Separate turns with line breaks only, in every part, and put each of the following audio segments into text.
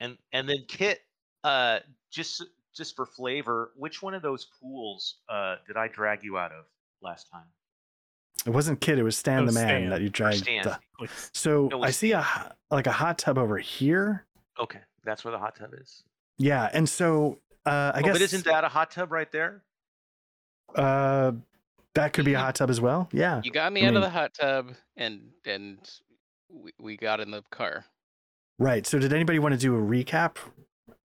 And and then Kit, uh, just just for flavor, which one of those pools uh, did I drag you out of last time?
It wasn't Kid. It was Stan
It
the
was
man
Stan.
that you
Or
dragged.
Stan?
the-
Like,
So
It was
I see a h- like a hot tub over here.
Okay, that's where the hot tub is.
Yeah, and so uh, I
Oh,
guess
but isn't that a hot tub right there?
uh, that could be a
Mhm.
hot tub as well. Yeah.
You got me
I
out
mean-
of the hot tub, and and we, we got in the car.
Right. So did anybody want to do a recap?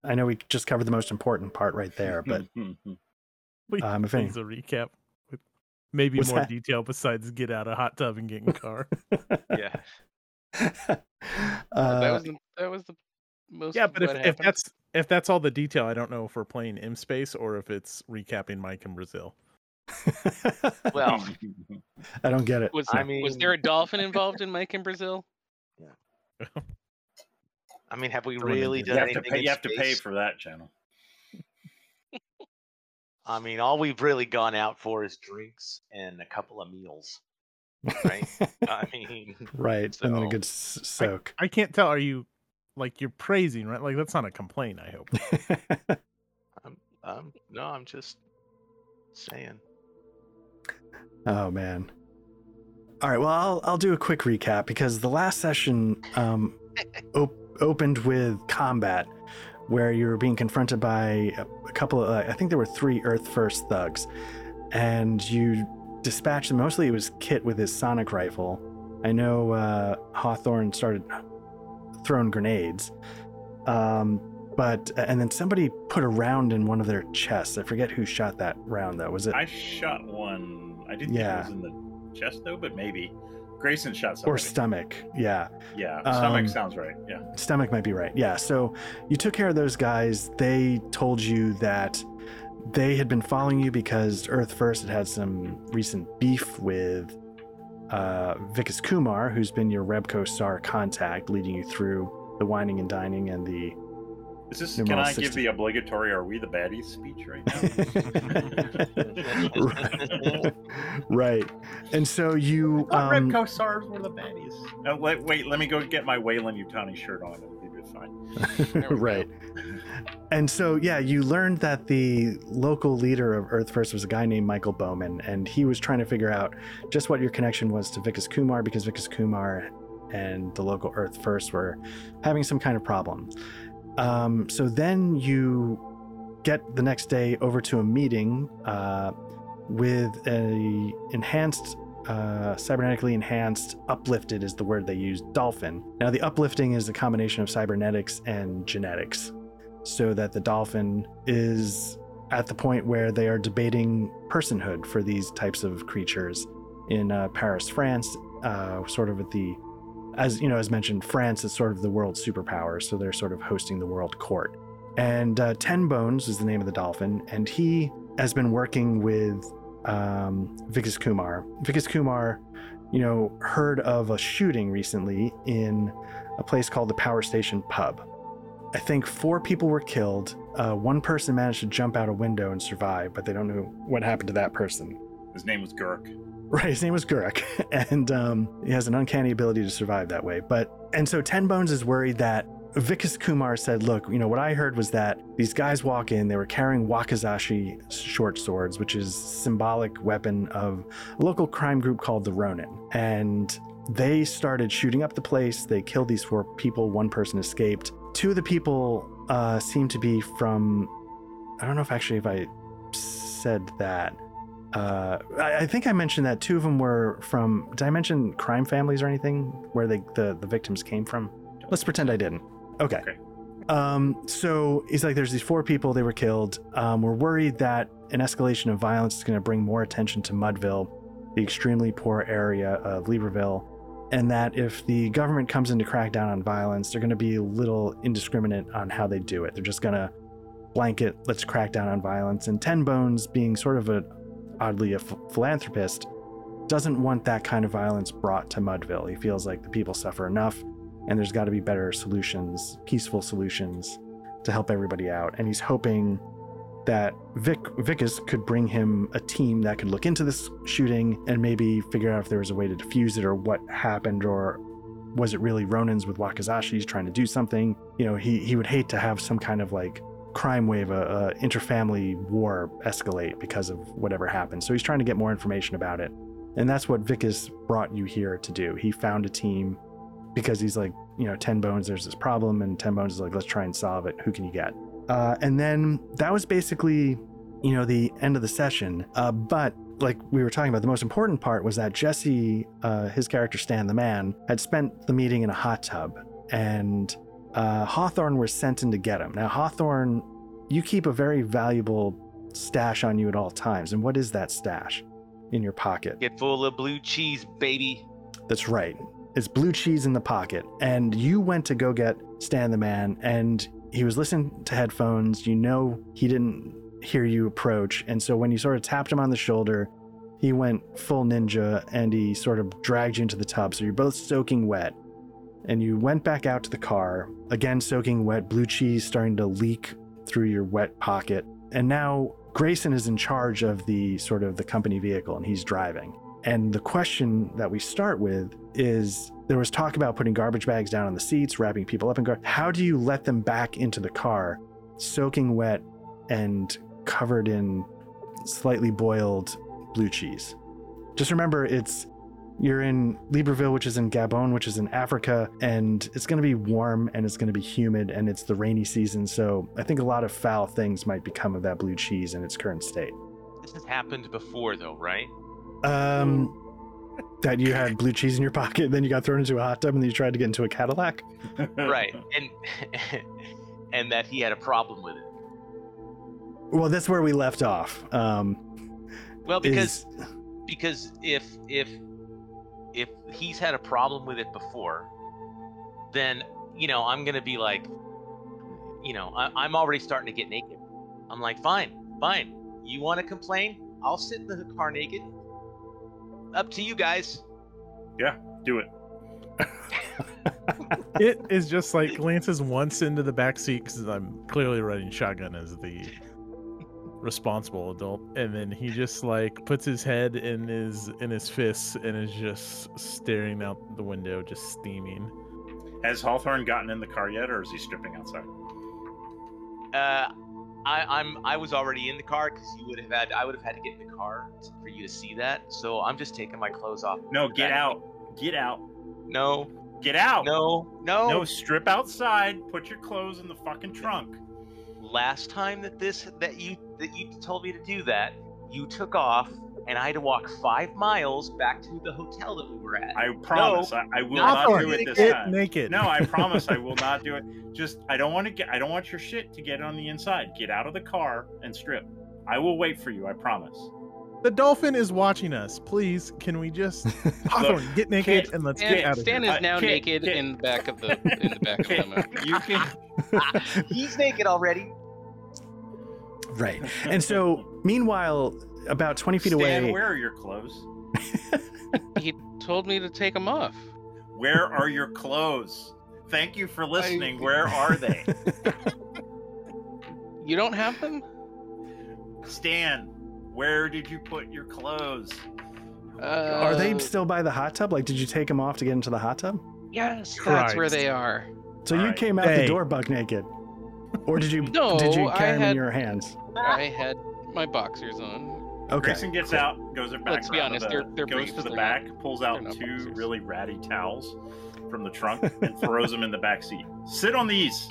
I know we just covered the most important part right there, but
please,
um, if any,
please a recap with maybe
What's
more
that?
detail besides get out of hot tub and get in car.
Yeah. Oh,
that
Uh,
was the, that was the most.
yeah, but if,
what
if
happened.
that's if that's all the detail, I don't know if we're playing M Space or if it's recapping Mike in Brazil.
Well,
I don't get it.
was
I
was
mean-
there a dolphin involved in Mike in Brazil?
I mean, have we
Someone
really done
did.
you have, to
anything?
pay,
in
you have to pay
space?
for that channel.
I mean, all we've really gone out for is drinks and a couple of meals, right? I mean,
Right. and then a
So-
good s- soak.
I can't tell. Are you like you're praising right? Like that's not a complaint. I hope.
um, no, I'm just saying.
Oh man. All right. Well, I'll I'll do a quick recap because the last session um, op- opened with combat, where you were being confronted by a, a couple of uh, I think there were three Earth First thugs, and you dispatched them. Mostly it was Kit with his sonic rifle. I know uh, Hawthorne started throwing grenades, um, but and then somebody put a round in one of their chests. I forget who shot that round though. Was it
I shot one. I didn't
Yeah.
think it was in the chest though, but maybe Grayson shot something.
or stomach? Yeah.
yeah, stomach
um,
sounds right. Yeah,
stomach might be right. Yeah. So you took care of those guys. They told you that they had been following you because Earth First had had some recent beef with uh, Vikas Kumar, who's been your Rebco SAR contact, leading you through the whining and dining and the.
is this?
numeral
Can I
60.
give the obligatory "Are we the baddies" speech right now?
right. And so you.
Not
um,
Repco SARS were the baddies. Oh, wait, wait, let me go get my Wayland Utani shirt on. It'll be fine.
There we go.
right. And so, yeah, you learned that the local leader of Earth First was a guy named Michael Bowman, and he was trying to figure out just what your connection was to Vikas Kumar because Vikas Kumar and the local Earth First were having some kind of problem. Um, so then you get the next day over to a meeting uh, with a enhanced, uh, cybernetically enhanced, uplifted is the word they use, dolphin. Now, the uplifting is a combination of cybernetics and genetics so that the dolphin is at the point where they are debating personhood for these types of creatures in uh, Paris, France, uh, sort of at the, as you know, as mentioned, France is sort of the world's superpower, so they're sort of hosting the world court. And uh, Ten Bones is the name of the dolphin, and he has been working with um, Vikas Kumar. Vikas Kumar, you know, heard of a shooting recently in a place called the Power Station Pub. I think four people were killed. Uh, one person managed to jump out a window and survive, but they don't know what happened to that person.
His name was Gurk.
Right, his name was Gurek, and um, he has an uncanny ability to survive that way. But and so Ten Bones is worried that Vikas Kumar said, "Look, you know what I heard was that these guys walk in. They were carrying wakizashi short swords, which is symbolic weapon of a local crime group called the Ronin, and they started shooting up the place. They killed these four people. One person escaped. Two of the people uh, seem to be from. I don't know if actually if I said that." uh, I, I think I mentioned that two of them were from. Did I mention crime families or anything where they, the the victims came from? Let's pretend I didn't. Okay.
Okay.
Um, so he's like, there's these four people. They were killed. Um, we're worried that an escalation of violence is going to bring more attention to Mudville, the extremely poor area of Libreville, and that if the government comes in to crack down on violence, they're going to be a little indiscriminate on how they do it. They're just going to blanket, let's crack down on violence. And Ten Bones, being sort of a oddly a ph- philanthropist, doesn't want that kind of violence brought to Mudville. He feels like the people suffer enough and there's got to be better solutions, peaceful solutions to help everybody out. And he's hoping that Vic Vicus could bring him a team that could look into this shooting and maybe figure out if there was a way to defuse it or what happened or was it really Ronins with Wakazashis trying to do something? You know, he, he would hate to have some kind of like crime wave, a, a interfamily war escalate because of whatever happened. So he's trying to get more information about it. And that's what Vicus brought you here to do. He found a team because he's like, you know, 10 Bones, there's this problem. And 10 Bones is like, let's try and solve it. Who can you get? Uh, and then that was basically, you know, the end of the session. Uh, but like we were talking about, the most important part was that Jesse, uh, his character Stan the Man, had spent the meeting in a hot tub. And uh, Hawthorne was sent in to get him. Now, Hawthorne, you keep a very valuable stash on you at all times. And what is that stash in your pocket?
Get full of blue cheese, baby.
That's right. It's blue cheese in the pocket. And you went to go get Stan the Man, and he was listening to headphones. You know he didn't hear you approach. And so when you sort of tapped him on the shoulder, he went full ninja and he sort of dragged you into the tub. So you're both soaking wet. And you went back out to the car, again soaking wet, blue cheese starting to leak through your wet pocket. And now Grayson is in charge of the sort of the company vehicle and he's driving. And the question that we start with is there was talk about putting garbage bags down on the seats, wrapping people up in garbage. How do you let them back into the car, soaking wet and covered in slightly boiled blue cheese? Just remember, it's you're in Libreville, which is in Gabon, which is in Africa, and it's going to be warm and it's going to be humid and it's the rainy season. So I think a lot of foul things might become of that blue cheese in its current state.
This has happened before, though, right?
Um, that you had blue cheese in your pocket, then you got thrown into a hot tub, and then you tried to get into a Cadillac.
Right. And and that he had a problem with it.
Well, that's where we left off. Um,
Well, because
is
because if if if he's had a problem with it before, then you know I'm gonna be like, you know, I, I'm already starting to get naked. I'm like, fine, fine. You want to complain? I'll sit in the car naked. Up to you guys.
Do it.
It is just like glances once into the back seat because I'm clearly riding shotgun as the responsible adult, and then he just like puts his head in his in his fists and is just staring out the window, just steaming.
Has Hawthorne gotten in the car yet, or is he stripping outside?
Uh, I, I'm I was already in the car because you would have had I would have had to get in the car t- for you to see that. So I'm just taking my clothes off.
No, get
Back.
out. Get out.
No,
Get out.
no, no.
Oh. No, strip outside. Put your clothes in the fucking trunk.
last time that this that you that you told me to do that, you took off and I had to walk five miles back to the hotel that we were at.
I promise. I, I will not
Hawthorne,
do it this
Get
time.
naked.
No, I promise I will not do it. Just I don't want to get I don't want your shit to get on the inside. Get out of the car and strip. I will wait for you, I promise.
the dolphin is watching us. Please, can we just Hawthorne, get naked and let's
Kid,
get
And
out of
Stan
here?
Uh,
is now
kid,
naked
kid.
in the back of the in the back of the limo.
You can
He's naked already.
right. And so, meanwhile, about twenty feet
Stan,
away,
where are your clothes?
He told me to take him off.
Where are your clothes? Thank you for listening. Where are they?
You don't have them?
Stan, where did you put your clothes?
Uh,
are they still by the hot tub? Like, did you take them off to get into the hot tub?
Yes, that's
Christ.
where they are.
So you
Right.
came out
Hey.
the door buck naked, or did you
No,
did you
I
carry them in
had-
your hands?
I had my boxers on.
Okay.
Grayson gets out, goes back
Let's be
around to
honest,
the-
they're- they're
goes
briefs,
to the
they're
back,
not-
pulls out
they're not
two
boxers.
really ratty towels from the trunk and throws them in the back seat. Sit on these.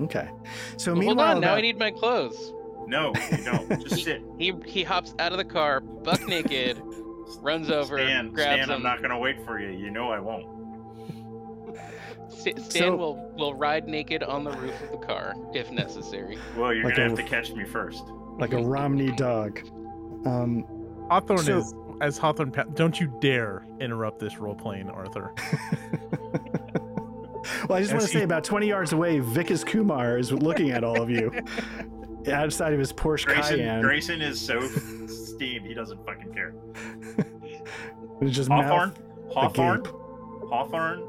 Okay. So
Well, hold
meanwhile,
on, now
about-
I need my clothes.
No, you don't. Just sit.
He he hops out of the car, buck naked, runs over,
Stan,
grabs
Stan, I'm
him.
not gonna wait for you. You know I won't.
S- Stan
So-
will will ride naked on the roof of the car if necessary.
Well, you're
Like
gonna
a-
have to catch me first.
like a Romney dog. Um,
Hawthorne
So-
is as Hawthorne. Pa- don't you dare interrupt this role playing, Arthur.
Well, I just want to
Yes,
say
he-
about 20 yards away, Vikas Kumar is looking at all of you outside of his Porsche
Grayson,
Cayenne.
Grayson is so steamed. He doesn't fucking care.
and just
Hawthorne,
mouth-
Hawthorne, Hawthorne.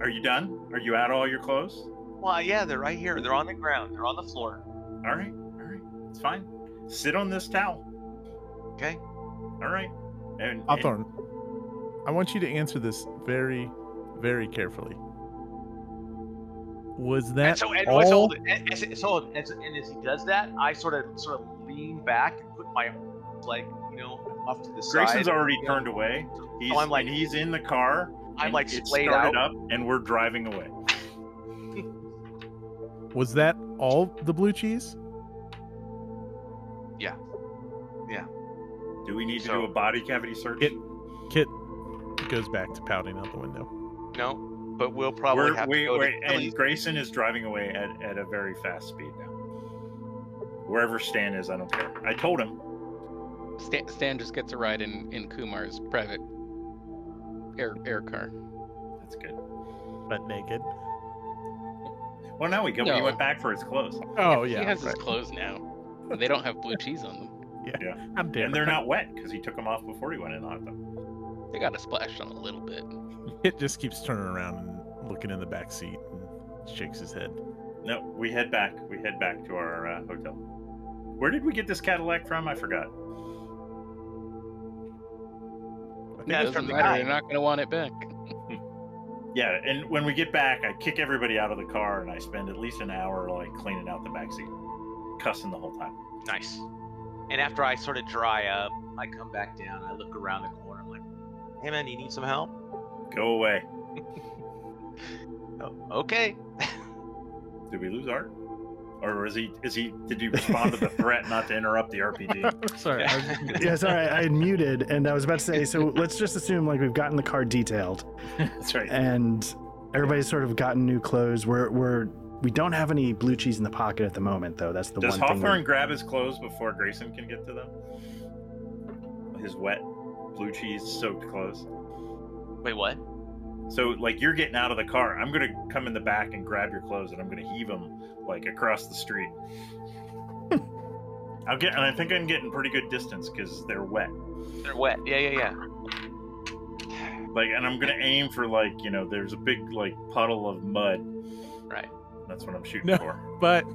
Are, are you done? Are you out all your clothes?
Well, yeah, they're right here. They're on the ground. They're on the floor.
All right, all right, it's fine. Sit on this towel.
Okay.
All right. And, and
Hawthorne, I want you to answer this very very carefully. Was that
and so and
all?
what's all the- and- and so- so and, so- and as he does that, I sort of sort of lean back and put my like you know off to the side.
Grayson's already
Yeah.
turned away. He's,
I'm like-
and he's in the car.
I'm
and
like
it's
splayed
started
out.
up, and we're driving away.
Was that all the blue cheese?
Do we need to
So-
do a body cavity search?
It- Kit goes back to pouting out the window.
No, but we'll probably
We're-
have
we-
to go
we're-
to
and
Philly's.
Grayson is driving away at, at a very fast speed now. Wherever Stan is, I don't care. I told him.
Stan, Stan just gets a ride in, in Kumar's private air air car.
That's good.
But naked.
Well, now we go. He
No.
went back for his clothes,
Oh
he
yeah.
has
right.
his clothes now. and they don't have blue cheese on them.
I'm damn.
and they're not wet because he took them off before he went in on them.
They got a splash on a little bit.
Kit just keeps turning around and looking in the back seat and shakes his head.
No, we head back. We head back to our uh, hotel. Where did we get this Cadillac from? I forgot.
Yeah,
it
it's
doesn't
from the
matter.
guy.
They're not going to want it back.
Yeah, and when we get back, I kick everybody out of the car, and I spend at least an hour like cleaning out the back seat, cussing the whole time.
Nice. And after I sort of dry up, I come back down. I look around the corner. I'm like, "Hey man, you need some help?"
Go away.
Oh, okay.
Did we lose Art? Or is he? Is he? Did he respond to the threat not to interrupt the RPG?
I'm sorry. I was looking at-
yeah, sorry, I had muted, and I was about to say. So let's just assume like we've gotten the car detailed,
That's right.
and everybody's sort of gotten new clothes. We're we're we don't have any blue cheese in the pocket at the moment, though. That's the
Does
one
Hawthorne
thing.
grab his clothes before Grayson can get to them? His wet, blue cheese soaked clothes.
Wait, what?
So, like, you're getting out of the car. I'm going to come in the back and grab your clothes and I'm going to heave them, like, across the street. I'm getting, and I think I'm getting pretty good distance because they're wet.
They're wet. Yeah, yeah, yeah.
Like, and I'm going to aim for, like, you know, there's a big, like, puddle of mud.
Right.
That's what I'm shooting
No.
for.
But
Eh.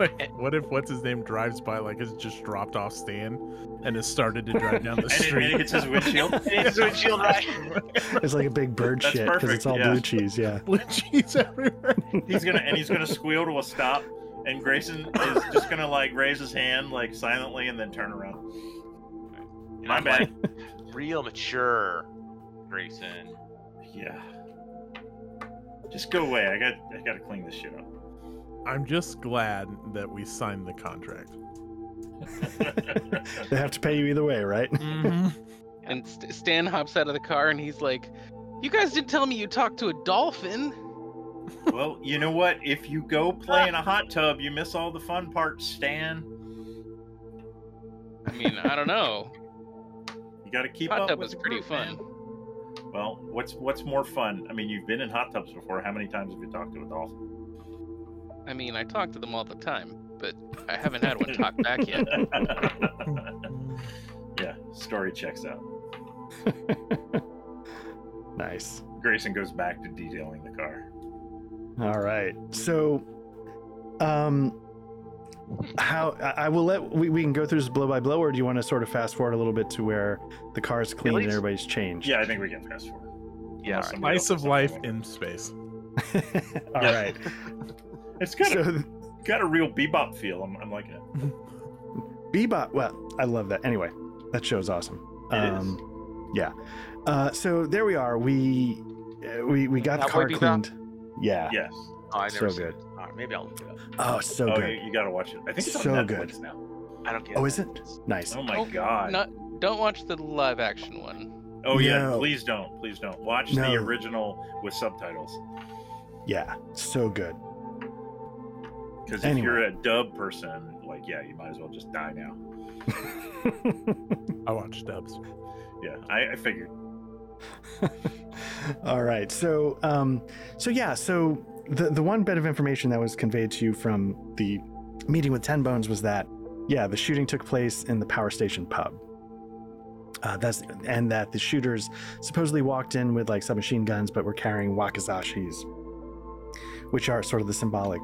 like, what if what's his name drives by like has just dropped off Stan and has started to drive down the
And it, and it
street?
hits his windshield.
It's windshield, right?
It's like a big bird
That's
shit because it's
perfect,
all
yeah.
blue cheese. Yeah.
Blue cheese everywhere.
he's gonna and he's gonna squeal to a stop and grayson is just gonna like raise his hand like silently and then turn around
And
my
I'm
bad
like, real mature, Grayson.
yeah just go away i got i gotta clean this shit
I'm just glad that we signed the contract.
up
They have to pay you either way, right?
Mm-hmm.
And St- Stan hops out of the car and he's like, You guys didn't tell me you talked to a dolphin.
well you know what if you go play in a hot tub you miss all the fun parts stan
I mean, I don't know.
you gotta keep
Hot
up
tub
with
was
the
pretty
group, man.
fun.
well what's what's more fun i mean you've been in hot tubs before how many times have you talked to a dolphin
I mean, I talk to them all the time, but I haven't had one talk back yet.
yeah story checks out
Nice.
grayson goes back to detailing the car
All right. So, um, how I, I will let we, we can go through this blow by blow, or do you want to sort of fast forward a little bit to where the car is clean and
least-
everybody's changed?
Yeah, I think we can fast forward.
Yeah.
Unless
all right.
somebody else
Ice of
has
life
something.
in space.
All
Yeah.
right.
It's got a,
So
got a real bebop feel. I'm, I'm liking it.
Bebop. Well, I love that. Anyway, that show's awesome.
It is.
Yeah. Uh, so there we are. We uh, we we got the car
Cowboy Bebop?
cleaned. Yeah.
Yes.
Oh, I
Ah, so
never seen it.
good.
All right, maybe I'll look it up.
Oh, so
oh,
good.
you, you got to watch it. I think it's on
So
Netflix
good.
now.
I don't get
Oh,
it.
is it nice?
Oh my
Oh,
god.
Not, don't watch the live action one.
oh yeah.
No.
Please don't. Please don't watch the
No.
original with subtitles.
Yeah, so good.
Because if
Anyway.
you're a dub person, like yeah, you might as well just die now.
I watch dubs.
Yeah, I, I figured.
All right. So, um, so yeah. So the the one bit of information that was conveyed to you from the meeting with Ten Bones was that, yeah, the shooting took place in the power station pub. Uh, that's and that the shooters supposedly walked in with like submachine guns, but were carrying wakazashis, which are sort of the symbolic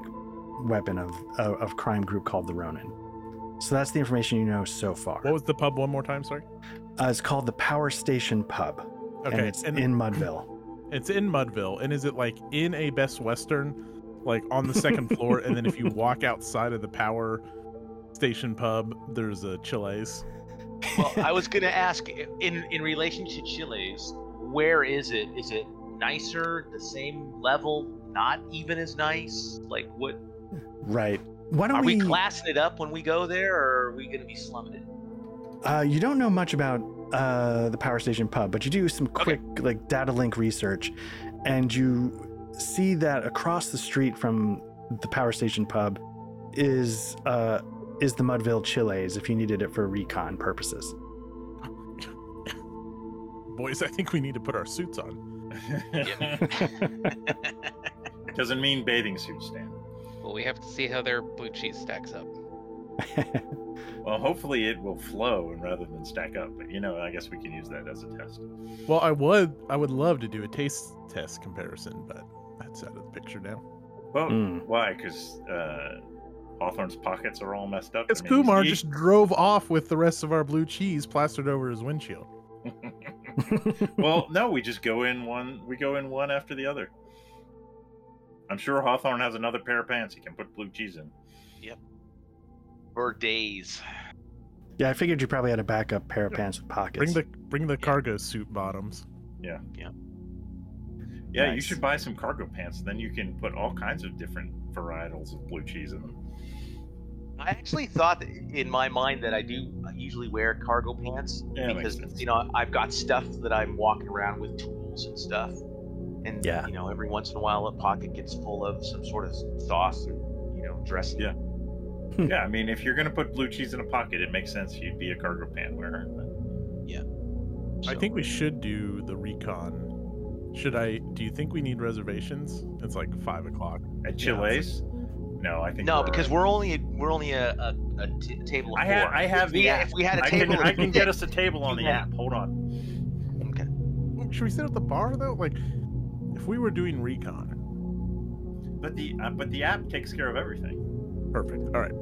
weapon of of, of crime group called the Ronin. So that's the information you know so far.
What was the pub one more time? Sorry.
Uh, it's called the Power Station Pub,
Okay.
and it's in Mudville.
It's in Mudville, and is it like in a Best Western, like on the second floor, and then if you walk outside of the power station pub, there's a Chile's.
Well, I was gonna ask in in relation to Chile's, where is it? Is it nicer? The same level? Not even as nice? Like what?
Right. Why don't
Are we,
we?
classing it up when we go there, or are we gonna be slumming it?
uh, you don't know much about uh, the power station pub, but you do some quick like data link research, and you see that across the street from the power station pub is uh, is the Mudville Chiles if you needed it for recon purposes.
Boys, I think we need to put our suits on.
Doesn't mean bathing suit, Stan.
Well, we have to see how their blue cheese stacks up.
Oh.
Well, hopefully it will flow and rather than stack up. But you know, I guess we can use that as a test.
Well, I would, I would love to do a taste test comparison, but that's out of the picture now.
Well,
Mm.
why? Because uh, Hawthorne's pockets are all messed up.
Because
I mean,
Kumar
he-
just drove off with the rest of our blue cheese plastered over his windshield.
well, no, we just go in one. We go in one after the other. I'm sure Hawthorne has another pair of pants he can put blue cheese in.
For days.
yeah, I figured you probably had a backup pair of pants with pockets.
Bring the bring the cargo suit bottoms.
Yeah, you
Nice.
should buy some cargo pants. Then you can put all kinds of different varietals of blue cheese in them.
I actually thought in my mind that I do usually wear cargo pants
Yeah, that
because
makes sense.
you know I've got stuff that I'm walking around with tools and stuff, and
Yeah.
you know every once in a while a pocket gets full of some sort of sauce or you know dressing.
Yeah. yeah, I mean, if you're gonna put blue cheese in a pocket, it makes sense you'd be a cargo pant wearer. but-
I
So-
think we should do the recon. Should I? Do you think we need reservations? It's like five o'clock.
At
Yeah, it's
Chile's, no, I think
no
we're-
because we're only we're only a, a, a t- table of
I ha-
four.
I have
If
the
we-
app.
if we had a
I
table,
can,
of
I can get
six-
us a table on the
Yeah.
app. Hold on.
Okay.
Ooh, Should we sit at the bar though? Like, if we were doing recon,
But the uh, but the app takes care of everything.
perfect. All right.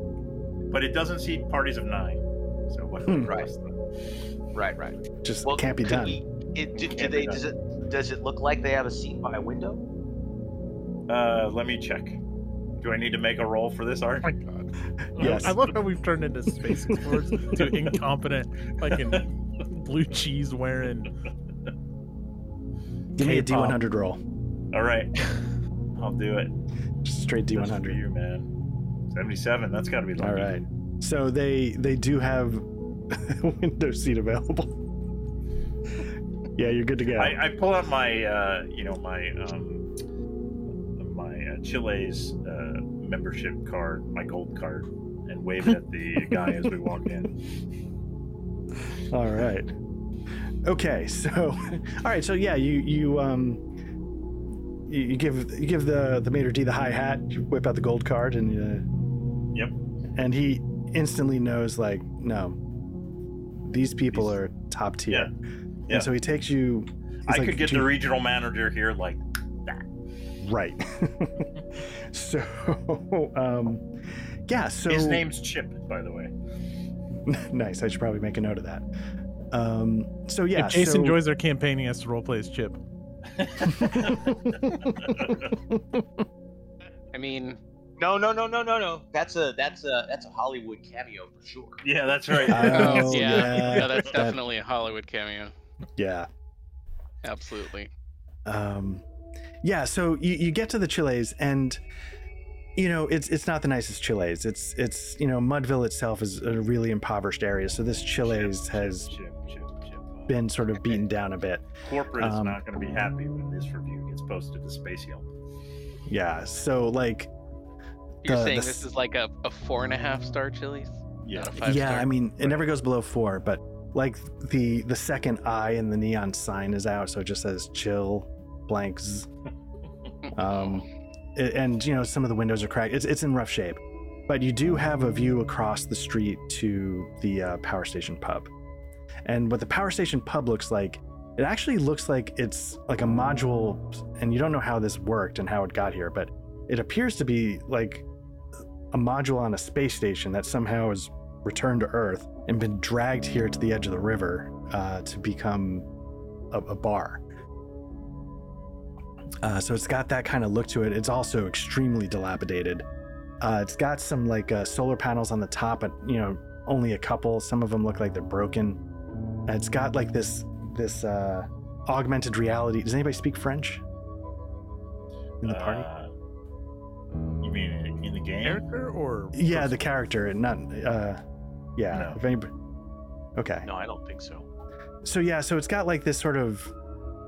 But it doesn't seat parties of nine. So what?
Hmm.
Right. Right, right.
Just
Well,
can't be
could
done.
We, it, do, do
Can't be
they?
done.
Does it? Does it look like they have a seat by a window?
Uh, let me check. Do I need to make a roll for this,
Oh
Art?
my god. I-
Yes.
I, love how we've turned into space explorers to incompetent, like in blue cheese wearing.
Give me a
K-pop.
D100 roll.
All right, I'll do it.
Just straight
Just for
D100.
you, man. Seventy-seven. That's got to be lucky.
All right. So they they do have window seat available. yeah, you're good to go.
I, I pull out my, uh, you know, my um, my uh, Chile's uh, membership card, my gold card, and wave it at the guy as we walk in.
All right. Okay. So, all right. So yeah, you you um you, you give you give the the maitre d the high hat. You whip out the gold card and uh,
Yep.
And he instantly knows like no, these people
These-
are top tier.
Yeah.
And so he takes you. he's
I
like,
could get
"Do
the
you
regional manager here, like
Right. so, um, yeah. So
His name's Chip, by the way.
Nice. I should probably make a note of that. Um, so yeah.
if Jason
so,
joins our campaign, he has to roleplay as Chip.
I mean,
No, no, no, no, no, no. That's a that's a that's a Hollywood cameo for sure.
yeah, that's right.
Oh,
yeah,
yeah.
no, that's
That-
definitely a Hollywood cameo.
yeah.
Absolutely.
Um, yeah. So you, you get to the Chiles, and you know it's it's not the nicest Chiles. It's it's you know Mudville itself is a really impoverished area, so this Chiles
Chip,
has
Chip, Chip, Chip.
been sort of beaten down a bit.
Corporate is
um,
not going to be happy when this review gets posted to Space Hill.
Yeah. So like
You're
The-
saying
the
this
s-
is like a, a four and a half star Chili's?
Yeah.
Not a five
yeah,
star.
I mean, it never goes below four, but like the the second eye in the neon sign is out, so it just says chill blanks. Um, a- and you know, some of the windows are cracked. It's it's in rough shape, but you do have a view across the street to the uh, power station pub. And what the power station pub looks like, it actually looks like it's like a module, and you don't know how this worked and how it got here, but it appears to be like a module on a space station that somehow is returned to Earth and been dragged here to the edge of the river uh, to become a, a bar. Uh, so it's got that kind of look to it. It's also extremely dilapidated. Uh, it's got some like uh, solar panels on the top, but you know only a couple. Some of them look like they're broken. Uh, It's got like this this uh, augmented reality. Does anybody speak French in the party?
Uh, you mean in, in the game?
Character or
Yeah, the character, and not. Uh, yeah,
No.
if anybody. Okay,
No, I don't think so.
so yeah, so it's got like this sort of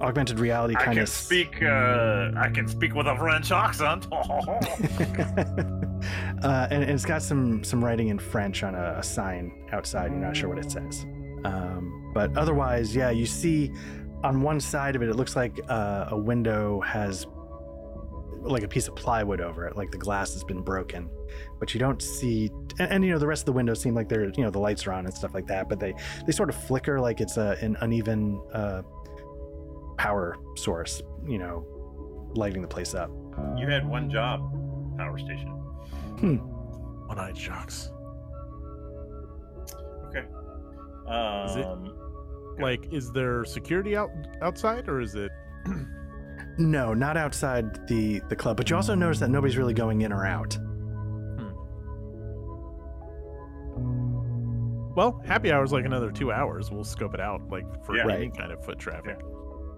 augmented reality
I
kind
can
of
speak. Uh, I can speak with a French accent.
uh, and, and it's got some some writing in French on a, a sign outside. You're not sure what it says, um, but otherwise, yeah, you see on one side of it, it looks like uh, a window has like a piece of plywood over it, like the glass has been broken. But you don't see, and, and you know the rest of the windows seem like they're you know the lights are on and stuff like that, but they they sort of flicker like it's a, an uneven uh, power source, you know, lighting the place up.
you had one job, power station.
one eyed shocks.
Um,
it-
Yeah.
Like, is there security out outside or is it?
No, not outside the the club. But you also notice that nobody's really going in or out.
Well, happy hour's like another two hours. We'll scope it out like for
Yeah.
any
Right.
kind of foot traffic.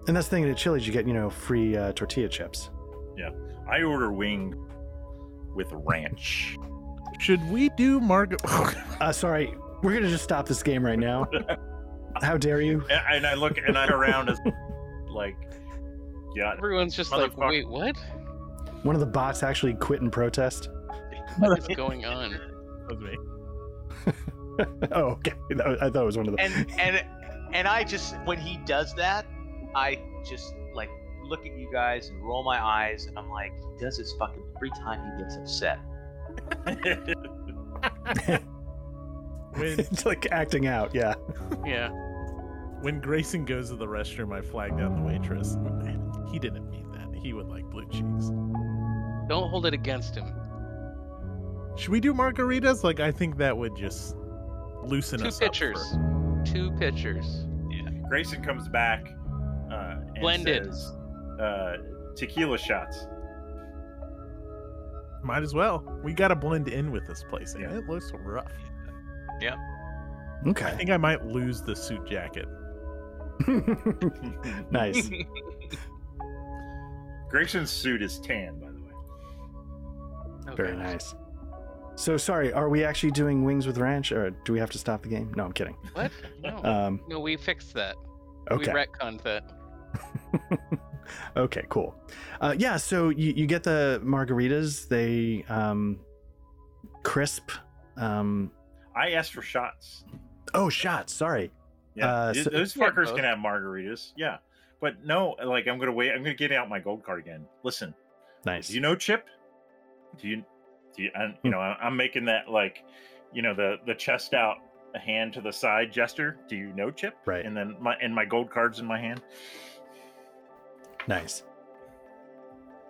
And that's the thing at Chili's, you get you know free uh, tortilla chips.
I order wing with ranch.
Should we do Oh, Margot?
Uh, sorry, we're gonna just stop this game right now. How dare you?
And, and I look and I look around as like, yeah,
Everyone's just like,
Motherfucker.
wait, what
One of the bots actually quit in protest.
is going on?
That was me.
oh, okay. That was- I thought it was one of the.
And and and I just when he does that, I just like look at you guys and roll my eyes and I'm like, he does this fucking every time he gets upset.
When
it's like acting out. Yeah.
Yeah.
when Grayson goes to the restroom, I flag down the waitress. He didn't mean that. He would like blue cheese.
Don't hold it against him.
Should we do margaritas? Like, I think that would just loosen
Two
us up.
pitchers.
for-
Two pitchers.
Grayson comes back. Uh, and
Blended.
says, uh, tequila shots.
Might as well. We gotta blend in with this place, and
Yeah.
it looks rough. I
Okay.
think I might lose the suit jacket.
nice.
Grayson's suit is tan, by the way.
Oh,
Very
gosh.
nice. So sorry, are we actually doing wings with ranch, or do we have to stop the game? No, I'm kidding.
What? No.
Um,
no, we fixed that. We
okay.
retconned that.
okay, cool. Uh, yeah, so you, you get the margaritas. They um, crisp. Um,
I asked for shots.
oh, shots. Sorry.
Yeah,
Uh,
th-
so-
those
Yeah,
fuckers
both.
can have margaritas. Yeah, but no, like I'm gonna wait. I'm gonna get out my gold card again. Listen,
Nice.
do you know Chip? Do you? Do you? And
Hmm.
you know, I- I'm making that like, you know, the the chest out, a hand to the side gesture. Do you know Chip?
Right.
And then my and my gold cards in my hand.
nice.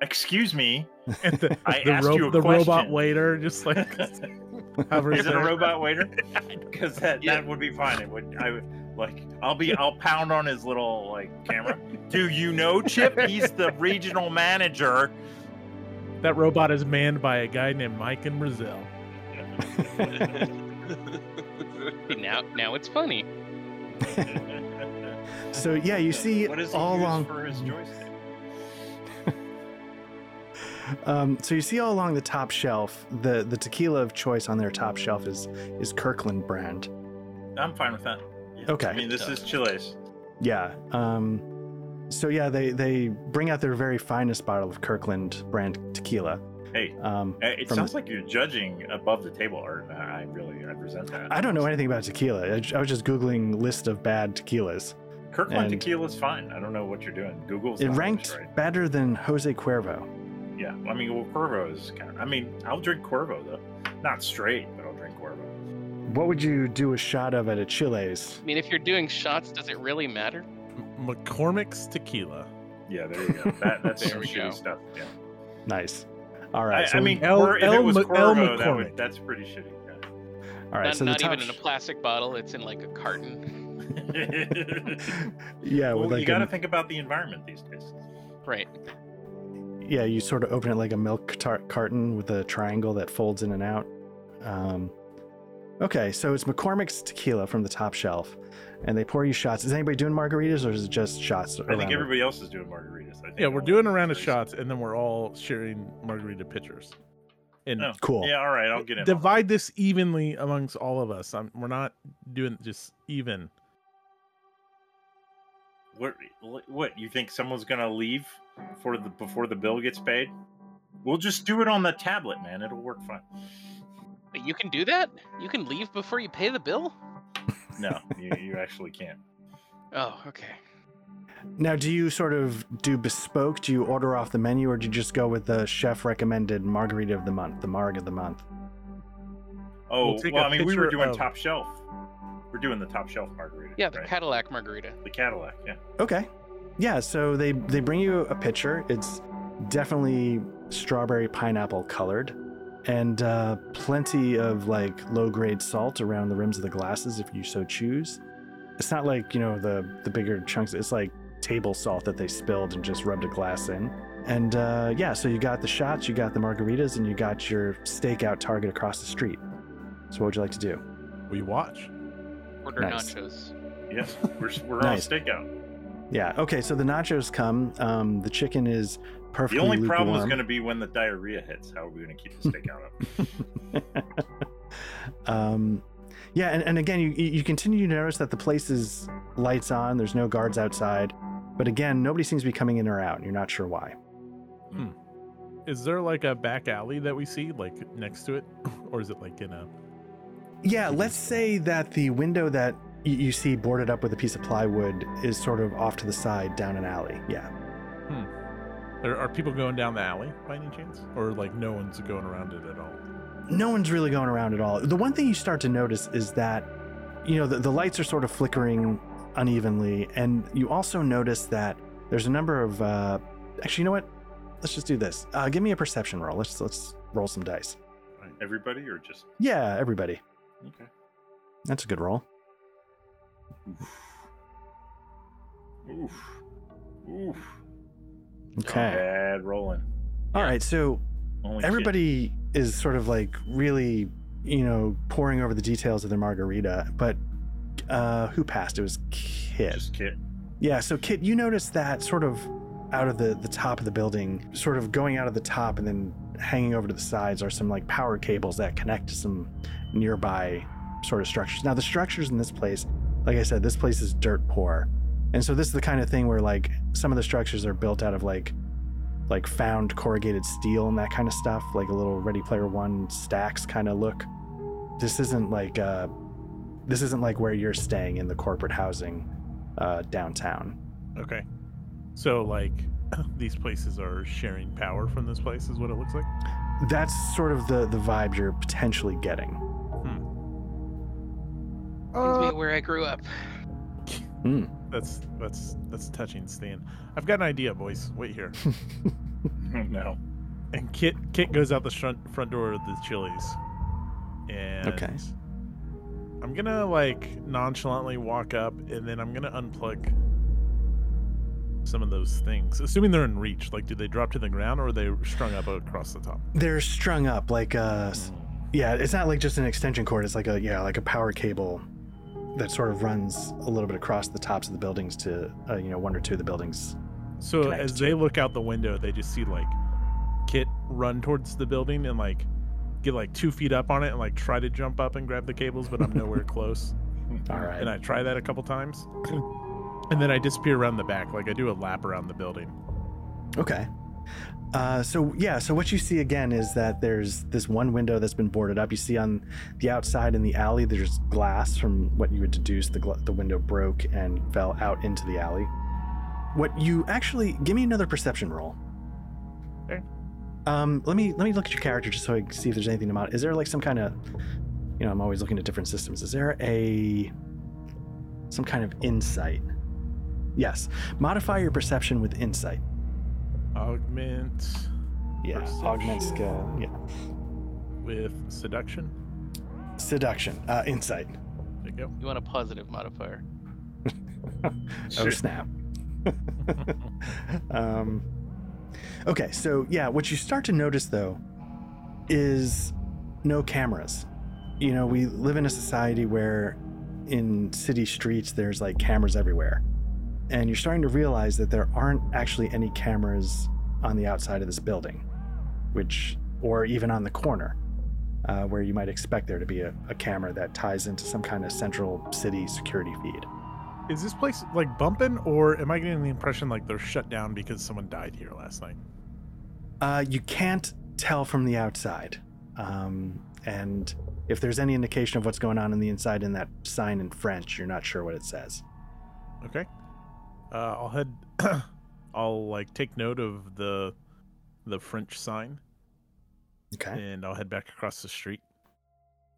Excuse me.
And the,
I
the,
asked you a
the robot
question.
waiter just like hovers
Is it a
there.
robot waiter? Because that,
Yeah.
that would be fine. It would. I would like. I'll be. I'll pound on his little like camera. Do you know Chip? He's the regional manager.
That robot is manned by a guy named Mike in Brazil.
See, Now, now it's funny.
So yeah, you see
what is
all
he use
along.
for his joystick?
Um, so you see all along the top shelf, the the tequila of choice on their top shelf is is Kirkland brand.
I'm fine with that. Yeah.
Okay.
I mean, this is Chile's.
Yeah. Um, so yeah, they they bring out their very finest bottle of Kirkland brand tequila.
Hey,
Um,
eh, it
From-
sounds like you're judging above the table, Art. I really, I resent that.
I don't know anything about tequila. I, j- I was just googling list of bad tequilas.
Kirkland
and-
tequila's fine. I don't know what you're doing. Google's
It
not
ranked
Right.
better than Jose Cuervo.
Yeah. I mean, well, Cuervo is kind of. I mean, I'll drink Cuervo though. Not straight, but I'll drink Cuervo.
What would you do a shot of at a Chile's?
I mean, if you're doing shots, does it really matter?
M- McCormick's tequila.
Yeah, there you go. That, that's
There
some
we go.
shitty stuff. Yeah.
Nice. All right.
I,
so
I mean,
El-
Cuer- if
El
it was
Mc- El
Cuervo, that would,
McCormick.
that's pretty shitty. yeah.
all right.
not
so the
not
top,
even in a plastic bottle. It's in like a carton.
yeah,
well,
with
you
like
got to
an-
think about the environment these days.
Right.
yeah, you sort of open it like a milk tar- carton with a triangle that folds in and out. Um, okay, so it's McCormick's tequila from the top shelf, and they pour you shots. Is anybody doing margaritas or is it just shots?
I think
around?
everybody else is doing margaritas. I think
Yeah,
I'm
we're
only
doing a round of
three.
shots, and then we're all sharing margarita pitchers. And
Oh,
Cool.
Yeah, all right, I'll get in. on
divide this evenly amongst all of us. I'm, we're not doing just even.
that. What? What? You think someone's gonna leave for the before the bill gets paid? We'll just do it on the tablet, man. It'll work fine.
Wait, you can do that? You can leave before you pay the bill?
No, you, you actually can't.
Oh, okay.
Now, do you sort of do bespoke? Do you order off the menu, or do you just go with the chef recommended margarita of the month, the marg of the month?
Oh,
We'll take
well,
a
I mean, we were
picture
doing
of-
top shelf. We're doing the top shelf margarita.
Yeah, the
right?
Cadillac margarita.
the Cadillac. Yeah.
Okay, yeah. So they they bring you a pitcher. It's definitely strawberry pineapple colored, and uh, plenty of like low grade salt around the rims of the glasses if you so choose. It's not like you know the the bigger chunks. It's like table salt that they spilled and just rubbed a glass in. And uh, yeah, so you got the shots, you got the margaritas, and you got your stakeout target across the street. So what would you like to do?
We watch.
Order
Nice.
nachos.
Yes, we're we're
Nice.
on stakeout.
Yeah. Okay. So the nachos come. Um, the chicken is
The
perfectly.
only problem is
lukewarm.
going to be when the diarrhea hits. How are we going to keep the stakeout up?
um, yeah, and, and again, you you continue to notice that the place is lights on. There's no guards outside, but again, nobody seems to be coming in or out. and You're not sure why.
Is there like a back alley that we see, like next to it, or is it like in a?
Yeah, let's say that the window that y- you see boarded up with a piece of plywood is sort of off to the side, down an alley. Yeah.
There are people going down the alley by any chance, or like no one's going around it at all.
no one's really going around at all. The one thing you start to notice is that, you know, the, the lights are sort of flickering unevenly. And you also notice that there's a number of, uh, actually, you know what? Let's just do this. Uh, give me a perception roll. Let's, let's roll some dice.
Everybody or just
Yeah, everybody.
okay?
That's a good roll.
Oof, oof.
Okay.
Bad rolling.
All right. So
Only
everybody is sort of like really, you know, pouring over the details of their margarita. But uh, who passed? It was
kid.
Kit.
just kid.
Yeah, so Kit, you noticed that sort of out of the, the top of the building, sort of going out of the top and then hanging over to the sides are some like power cables that connect to some nearby sort of structures. Now, the structures in this place, like I said, this place is dirt poor. And so this is the kind of thing where like some of the structures are built out of like like found corrugated steel and that kind of stuff, like a little Ready Player One stacks kind of look. This isn't like uh this isn't like where you're staying in the corporate housing uh, downtown.
Okay. So like these places are sharing power from this place is what it looks like.
That's sort of the the vibe you're potentially getting.
Reminds me where I grew up.
That's that's that's touching, Stan. I've got an idea, boys. Wait here.
no.
And Kit Kit goes out the front front door of the Chili's. And
Okay.
I'm gonna like nonchalantly walk up and then I'm gonna unplug some of those things. Assuming they're in reach. Like do they drop to the ground or are they strung up across the top?
They're strung up like a yeah. It's not like just an extension cord. It's like a yeah, like a power cable that sort of runs a little bit across the tops of the buildings to uh, you know one or two of the buildings.
So
connect
as
to.
they look out the window, they just see like Kit run towards the building and like get like two feet up on it and like try to jump up and grab the cables, but I'm nowhere close.
All right.
And I try that a couple times, and then I disappear around the back. Like I do a lap around the building.
Okay. Uh, so yeah, so what you see again is that there's this one window that's been boarded up. You see on the outside in the alley, there's glass. From what you would deduce, the gla- the window broke and fell out into the alley. What you actually give me another perception roll.
Okay.
Um, let me let me look at your character just so I can see if there's anything to mod. Is there like some kind of, you know, I'm always looking at different systems. Is there a some kind of insight? Yes. Modify your perception with insight.
Augment
Yeah, augment skill. Yeah,
with seduction.
seduction, uh, insight.
There you go.
You want a positive modifier.
Oh
Shit.
snap. um, Okay, so yeah, what you start to notice though is no cameras. You know, we live in a society where in city streets there's like cameras everywhere. And you're starting to realize that there aren't actually any cameras on the outside of this building, which, or even on the corner, uh, where you might expect there to be a, a camera that ties into some kind of central city security feed.
Is this place like bumping, or am I getting the impression like they're shut down because someone died here last night?
Uh, you can't tell from the outside. Um, and if there's any indication of what's going on in the inside in that sign in French, you're not sure what it says.
Okay. Uh, I'll head. I'll like take note of the the French sign,
Okay.
and I'll head back across the street,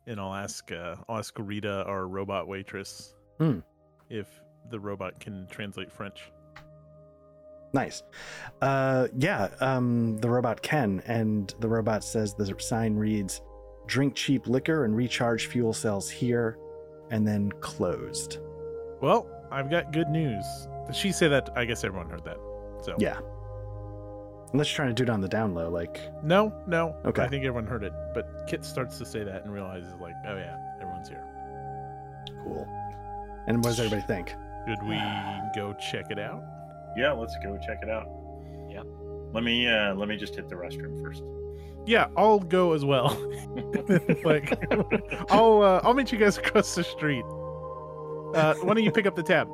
and I'll ask uh, I'll ask Rita, our robot waitress,
Hmm.
if the robot can translate French.
Nice. Uh, yeah, um, the robot can, and the robot says the sign reads drink cheap liquor and recharge fuel cells here, and then closed.
Well, I've got good news. Did she say that? I guess everyone heard that. So
Yeah. Unless you're trying to do it on the down low, like,
No, no.
Okay.
I think everyone heard it, but Kit starts to say that and realizes like, oh yeah, everyone's here.
cool. And what does everybody think?
Should we go check it out?
Yeah, let's go check it out.
Yep.
Let me uh, let me just hit the restroom first.
Yeah, I'll go as well. like, I'll uh, I'll meet you guys across the street. Uh, why don't you pick up the tab?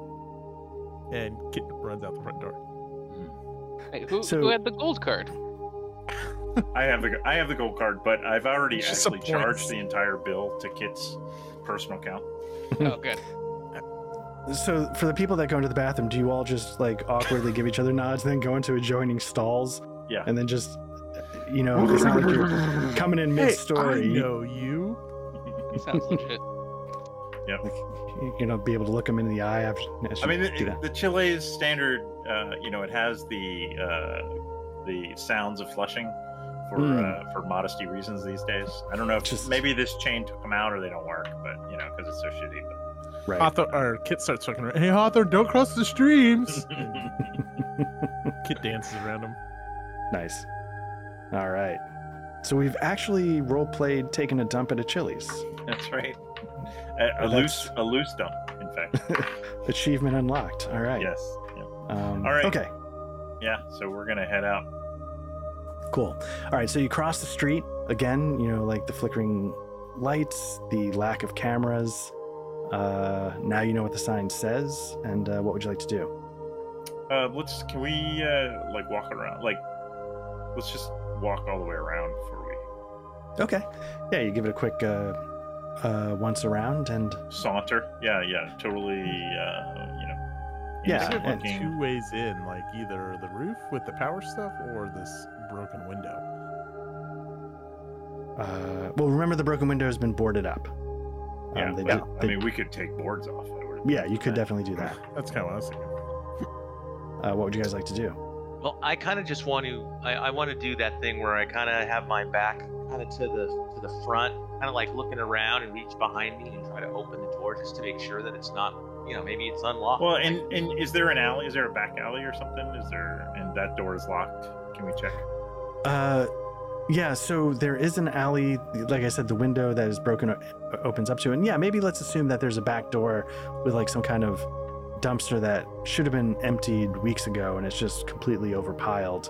And Kit runs out the front door.
Hey, who,
So-
who had the gold card?
I have the I have the gold card, but I've already
Just some
actually charged
points.
the entire bill to Kit's personal account.
Oh, good.
So, for the people that go into the bathroom, do you all just like awkwardly give each other nods, then go into adjoining stalls?
Yeah.
And then just, you know, it's not like you're coming in mid story.
Hey, I know you.
Sounds legit.
you know, be able to look them in the eye after. as
I mean,
you
the,
do that.
the Chile's standard, uh, you know, it has the uh, the sounds of flushing for
Hmm.
uh, for modesty reasons these days. I don't know if
Just-
maybe this chain took them out or they don't work, but you know, because it's so shitty. But
right.
uh,
Hawthor, or Kit starts fucking around. Hey, Hawthor, don't cross the streams. And Kit dances around him.
Nice. All right. So we've actually role played taking a dump at a Chili's.
that's right. A, a
Well,
loose a loose dump, in fact.
Achievement unlocked. All right.
yes. Yeah.
Um,
All right.
Okay.
yeah. So we're gonna head out.
Cool. All right. So you cross the street again. You know, like the flickering lights, the lack of cameras. Uh, now you know what the sign says, and uh, what would you like to do?
Uh, let's can we uh, like walk around? Like, let's just walk all the way around before we
Okay. Yeah, you give it a quick uh, uh, once around, and
saunter. Yeah, yeah, totally. Uh, you know.
Yeah, um,
There's
innocent
like
looking.
two ways in, like either the roof with the power stuff or this broken window.
uh, well, remember the broken window has been boarded up. Um,
Yeah,
they
well,
ju-
I
they-
mean, we could take boards off. I would-
yeah, you could definitely do that.
That's kind of what I was thinking.
Uh, what would you guys like to do?
Well, I kind of just want to. I, I want to do that thing where I kind of have my back kind of to the to the front, kind of like looking around and reach behind me and try to open the door just to make sure that it's not. You know, maybe it's unlocked.
Well, and and is there an alley? Is there a back alley or something? Is there? And that door is locked. Can we check?
Uh, yeah, so there is an alley. Like I said, the window that is broken o- opens up to, and yeah, maybe let's assume that there's a back door with like some kind of dumpster that should have been emptied weeks ago, and it's just completely overpiled.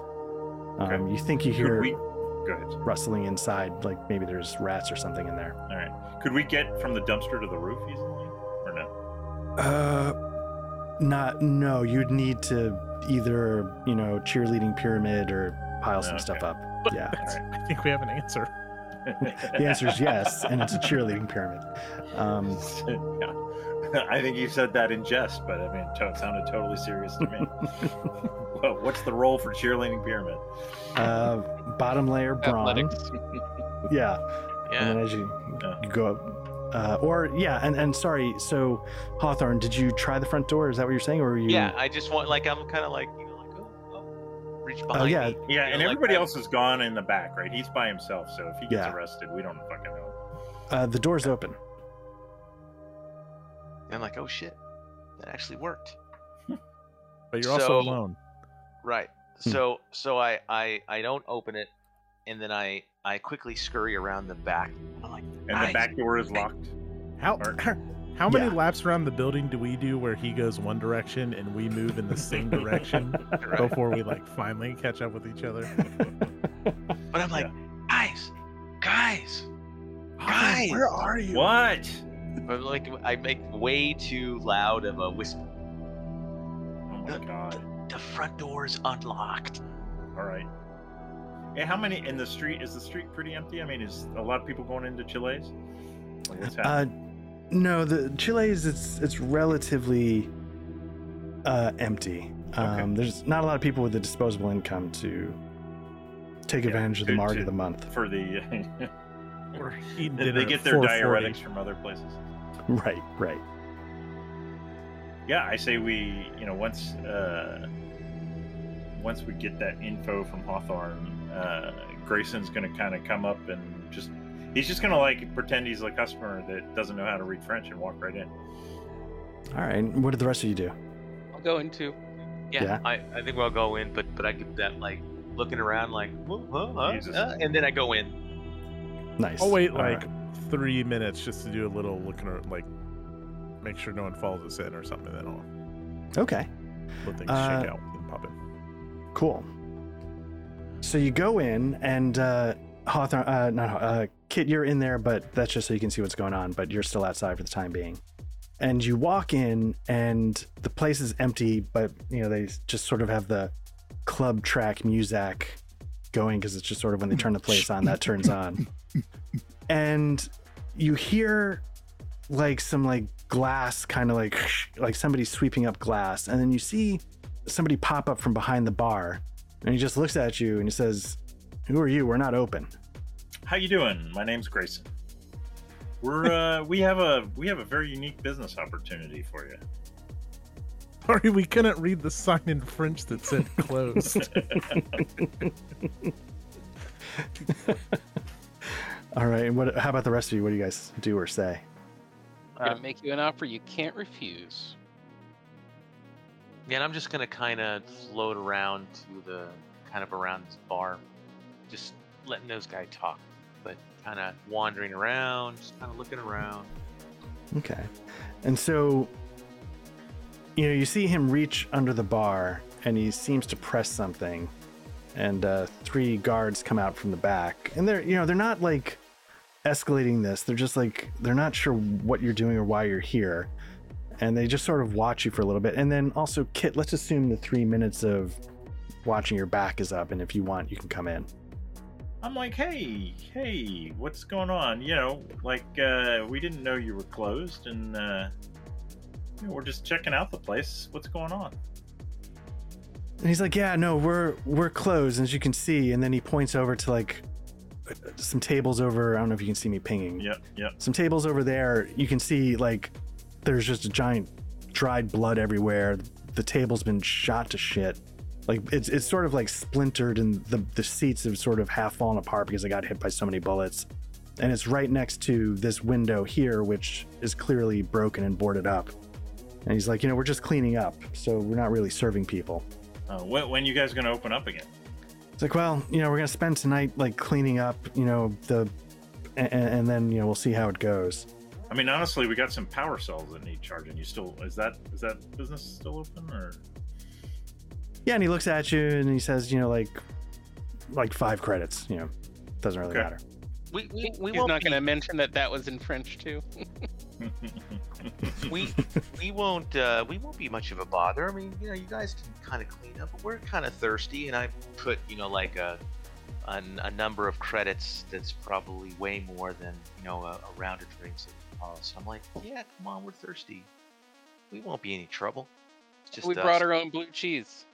Um,
Okay.
You think you
Could
hear
we? Go ahead.
rustling inside, like maybe there's rats or something in there.
All right. Could we get from the dumpster to the roof easily, or no?
Uh, not no. You'd need to either you know cheerleading pyramid or pile some stuff
Okay.
up. Yeah.
I think we have an answer.
The answer is yes, and it's a cheerleading pyramid. Um,
yeah. I think you said that in jest, but I mean, to- it sounded totally serious to me. well, what's the role for cheerleading pyramid?
uh, bottom layer brawn.
Athletics.
Yeah, and
yeah.
then as you,
Yeah.
you go up, uh, or yeah, and and sorry. So Hawthorne, did you try the front door? Is that what you're saying, or were you?
Yeah, I just want like I'm kind of like you know like oh, oh reach behind
yeah.
me.
Yeah,
you
and
know, like
everybody
that.
else is gone in the back, right? He's by himself, so if he gets
Yeah.
arrested, we don't fucking know.
Uh, the door's open.
And I'm like oh shit, that actually worked.
But you're also
So-
alone.
Right.
Hmm.
so so I, I I don't open it, and then I I quickly scurry around the back. I'm like,
And
"Nice."
the back door is locked.
How
Or-
how many
Yeah.
laps around the building do we do where he goes one direction and we move in the same direction before we like finally catch up with each other?
but I'm like, guys, guys, guys.
Where are you?
What?
I'm like I make way too loud of a whisper.
Oh my god.
The front door is unlocked.
All right. And how many in the street? Is the street pretty empty? I mean, is a lot of people going into Chile's? Like, what's happening?
Uh, no, the Chile is it's it's relatively uh, empty. Um,
Okay.
There's not a lot of people with the disposable income to take
Yeah,
advantage of the
to-
mark
to-
of the month,
For the
We're eating
they,
dinner
get
at
their
4:40.
diuretics from other places.
right? Right.
Yeah, I say we. You know, once uh, once we get that info from Hawthorne, uh, Grayson's going to kind of come up and just. He's just gonna like pretend he's a customer that doesn't know how to read French and walk right in.
All right. and What do the rest of you do?
I'll go into.
Yeah,
Yeah.
I, I think I'll go in, but but I give that like looking around like, "Whoa, huh, huh,
Jesus.
uh," and then I go in.
Nice.
I'll Oh, wait
All
like
right.
three minutes just to do a little looking or like make sure no one follows us in or something. Then I'll
Okay.
let things
Uh,
shake out and pop in.
Cool. So you go in, and uh, Hawthorne, uh, not Haw- uh, Kit, you're in there, but that's just so you can see what's going on. But you're still outside for the time being. And you walk in, and the place is empty, but you know they just sort of have the club track music going because it's just sort of when they turn the place on, that turns on. And you hear like some like glass kind of like like somebody sweeping up glass, and then you see somebody pop up from behind the bar and he just looks at you and he says, Who are you? We're not open.
How you doing? My name's Grayson. We're uh, we have a we have a very unique business opportunity for you.
Sorry, we couldn't read the sign in French that said closed.
All right. And what, how about the rest of you? What do you guys do or say?
I'm
Uh,
gonna make you an offer you can't refuse.
Yeah, and I'm just gonna kind of float around to the kind of around this bar, just letting those guys talk, but kind of wandering around, just kind of looking around.
Okay. And so, you know, you see him reach under the bar and he seems to press something. And uh, three guards come out from the back. And they're, you know, they're not like escalating this. They're just like, they're not sure what you're doing or why you're here. And they just sort of watch you for a little bit. And then also, Kit, let's assume the three minutes of watching your back is up. And if you want, you can come in.
I'm like, hey, hey, what's going on? You know, like uh, we didn't know you were closed, and uh, you know, we're just checking out the place. What's going on?
And he's like, "Yeah, no, we're we're closed, as you can see." And then he points over to like some tables over. I don't know if you can see me pinging.
Yep, yep.
Some tables over there. You can see like there's just a giant dried blood everywhere. The table's been shot to shit. Like it's it's sort of like splintered, and the the seats have sort of half fallen apart because they got hit by so many bullets. And it's right next to this window here, which is clearly broken and boarded up. And he's like, you know, we're just cleaning up, so we're not really serving people.
Uh, when, when you guys gonna open up again?
It's like, well, you know, we're gonna spend tonight like cleaning up, you know, the, and, and then you know we'll see how it goes.
I mean, honestly, we got some power cells that need charging. You still is that is that business still open or?
Yeah, and he looks at you and he says, you know, like, like five credits, you know, doesn't really
Okay.
matter.
We we, we
He's
won't
not
be-
gonna mention that that was in French too.
we we won't uh, we won't be much of a bother. I mean, you know, you guys can kind of clean up. But we're kind of thirsty, and I put you know like a, a a number of credits that's probably way more than you know a, a round of drinks at the bar. So I'm like, yeah, come on, we're thirsty. We won't be any trouble. It's just
we
us.
brought our own blue cheese.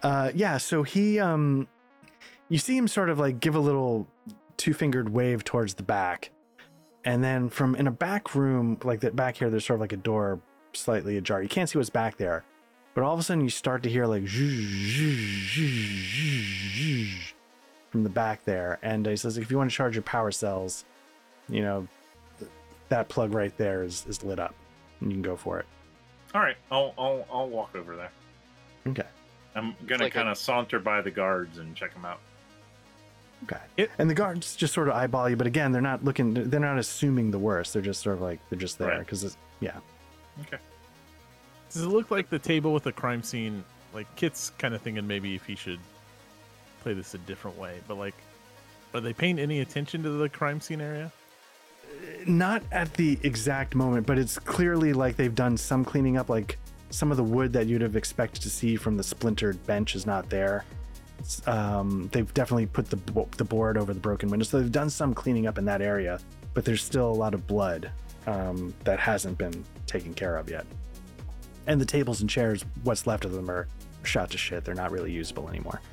Uh, yeah, so he, um, you see him sort of like give a little two fingered wave towards the back. And then from in a back room, like that back here, there's sort of like a door slightly ajar. You can't see what's back there. But all of a sudden, you start to hear like from the back there. And he says, if you want to charge your power cells, you know, th- that plug right there is, is lit up and you can go for it.
All right, I'll I'll I'll walk over there.
Okay.
I'm gonna
like a-
kind of saunter by the guards and check them out.
Okay.
It-
and the guards just sort of eyeball you, but again, they're not looking. They're not assuming the worst. They're just sort of like they're just there
Right.
because
Does it look like the table with the crime scene? Like Kit's kind of thinking maybe if he should play this a different way, but like, are they paying any attention to the crime scene area?
not at the exact moment, but it's clearly like they've done some cleaning up. Like some of the wood that you'd have expected to see from the splintered bench is not there. It's, Um, they've definitely put the bo- the board over the broken window, so they've done some cleaning up in that area. But there's still a lot of blood um, that hasn't been taken care of yet. And the tables and chairs, what's left of them, are shot to shit. They're not really usable anymore.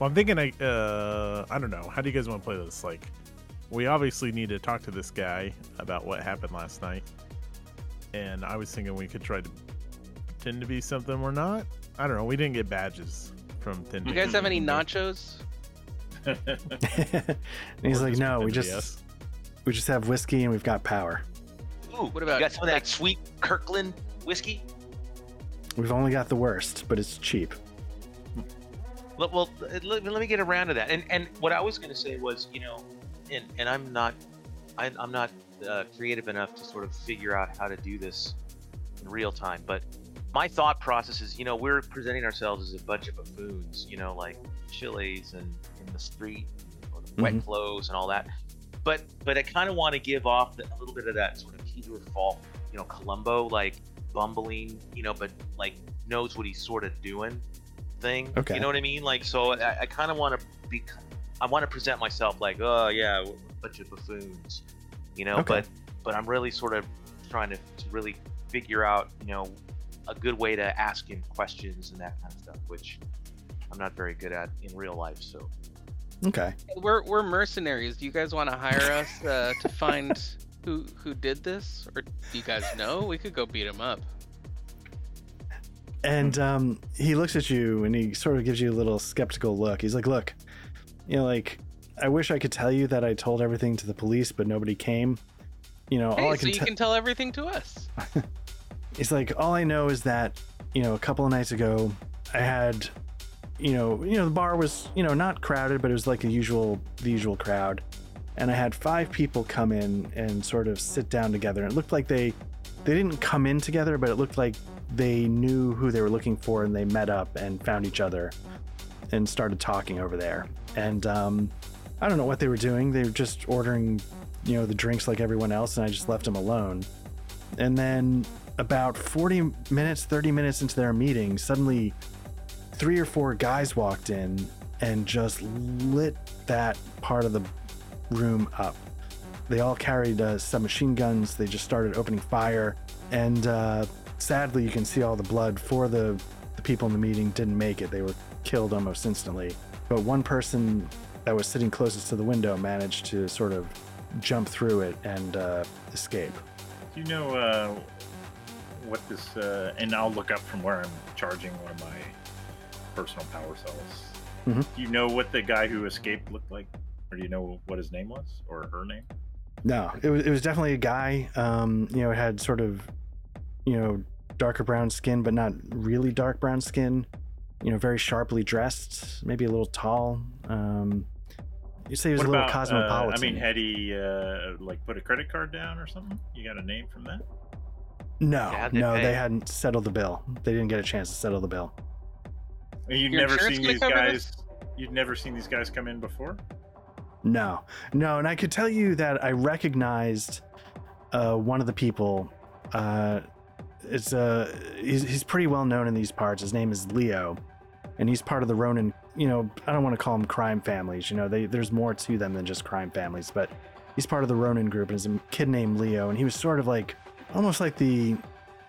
Well, I'm thinking, I, uh, I don't know. How do you guys want to play this? Like, we obviously need to talk to this guy about what happened last night. And I was thinking we could try to pretend to be something we're not. I don't know. We didn't get badges from Thin.
You guys have
Mm-hmm.
any nachos?
and he's like, "No, we just we just have whiskey and we've got power.
Ooh,
What
you
about-
got some of that sweet Kirkland whiskey?
We've only got the worst, but it's cheap."
Let, well, uh, let, let me- let me get around to that. And and what I was gonna say was, you know, and and I'm not, I, I'm not uh, creative enough to sort of figure out how to do this in real time. But my thought process is, you know, we're presenting ourselves as a bunch of buffoons, you know, like chilies and in the street or the wet
Mhm.
clothes and all that. But but I kind of want to give off the, a little bit of that sort of Peter Falk, you know, Columbo like bumbling, you know, but like knows what he's sort of doing thing.
Okay.
You know what I mean? Like, so I, I kind of want to be, I want to present myself like, oh yeah, we're a bunch of buffoons, you know.
Okay.
But but I'm really sort of trying to to really figure out, you know, a good way to ask him questions and that kind of stuff, which I'm not very good at in real life. So
Okay.
We're we're mercenaries. Do you guys want to hire us uh, to find who who did this, or do you guys know? We could go beat him up.
And um, he looks at you and he sort of gives you a little skeptical look. He's like, Look, you know, like, I wish I could tell you that I told everything to the police, but nobody came. You know, all
Hey,
I
so
can
you
tell
can tell everything to us.
He's like, all I know is that, you know, a couple of nights ago, I had, you know, you know, the bar was, you know, not crowded, but it was like the usual, the usual crowd, and I had five people come in and sort of sit down together. And it looked like they, they didn't come in together, but it looked like they knew who they were looking for, and they met up and found each other, and started talking over there. And um, I don't know what they were doing. They were just ordering, you know, the drinks like everyone else, and I just left them alone. And then about 40 minutes, 30 minutes into their meeting, suddenly three or four guys walked in and just lit that part of the room up. They all carried uh, submachine guns. They just started opening fire. And uh, sadly, you can see all the blood. Four of the, the people in the meeting didn't make it, they were killed almost instantly. But one person that was sitting closest to the window managed to sort of jump through it and uh, escape.
Do you know uh, what this? Uh, and I'll look up from where I'm charging one of my personal power cells.
Mhm.
Do you know what the guy who escaped looked like, or do you know what his name was, or her name?
No, it was, it was definitely a guy. Um, you know, it had sort of, you know, darker brown skin, but not really dark brown skin. You know, very sharply dressed, maybe a little tall. Um, you say he was
what
a little
about,
cosmopolitan.
Uh, I mean, had he uh, like put a credit card down or something? You got a name from that?
no,
Yeah, how'd they
no,
pay?
they hadn't settled the bill. They didn't get a chance to settle the bill.
And You've
Your
never
insurance
seen
gonna
these
cover
guys.
this?
You've never seen these guys come in before.
No, no, and I could tell you that I recognized uh, one of the people. Uh, it's uh, he's, he's pretty well known in these parts. His name is Leo, and he's part of the Ronin. You know, I don't want to call them crime families. You know, they, there's more to them than just crime families, but he's part of the Ronin group. And is a kid named Leo, and he was sort of like almost like the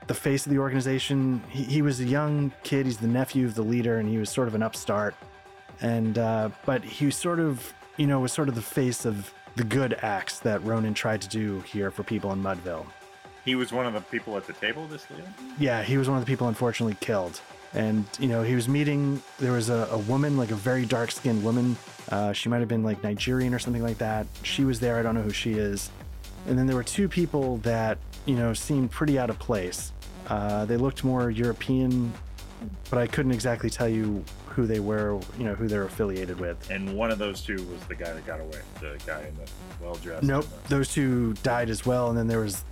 the face of the organization. He, he was a young kid. He's the nephew of the leader, and he was sort of an upstart. And uh, but he was sort of you know, was sort of the face of the good acts that Ronan tried to do here for people in Mudville.
He was one of the people at the table. This Leo.
Yeah, he was one of the people unfortunately killed. And, you know, he was meeting, there was a, a woman, like a very dark skinned woman. Uh, she might have been like Nigerian or something like that. She was there. I don't know who she is. And then there were two people that, you know, seemed pretty out of place. Uh, they looked more European but I couldn't exactly tell you who they were, you know, who they're affiliated with.
And one of those two was the guy that got away. The guy in the well dressed.
Nope, those two died as well, and then there was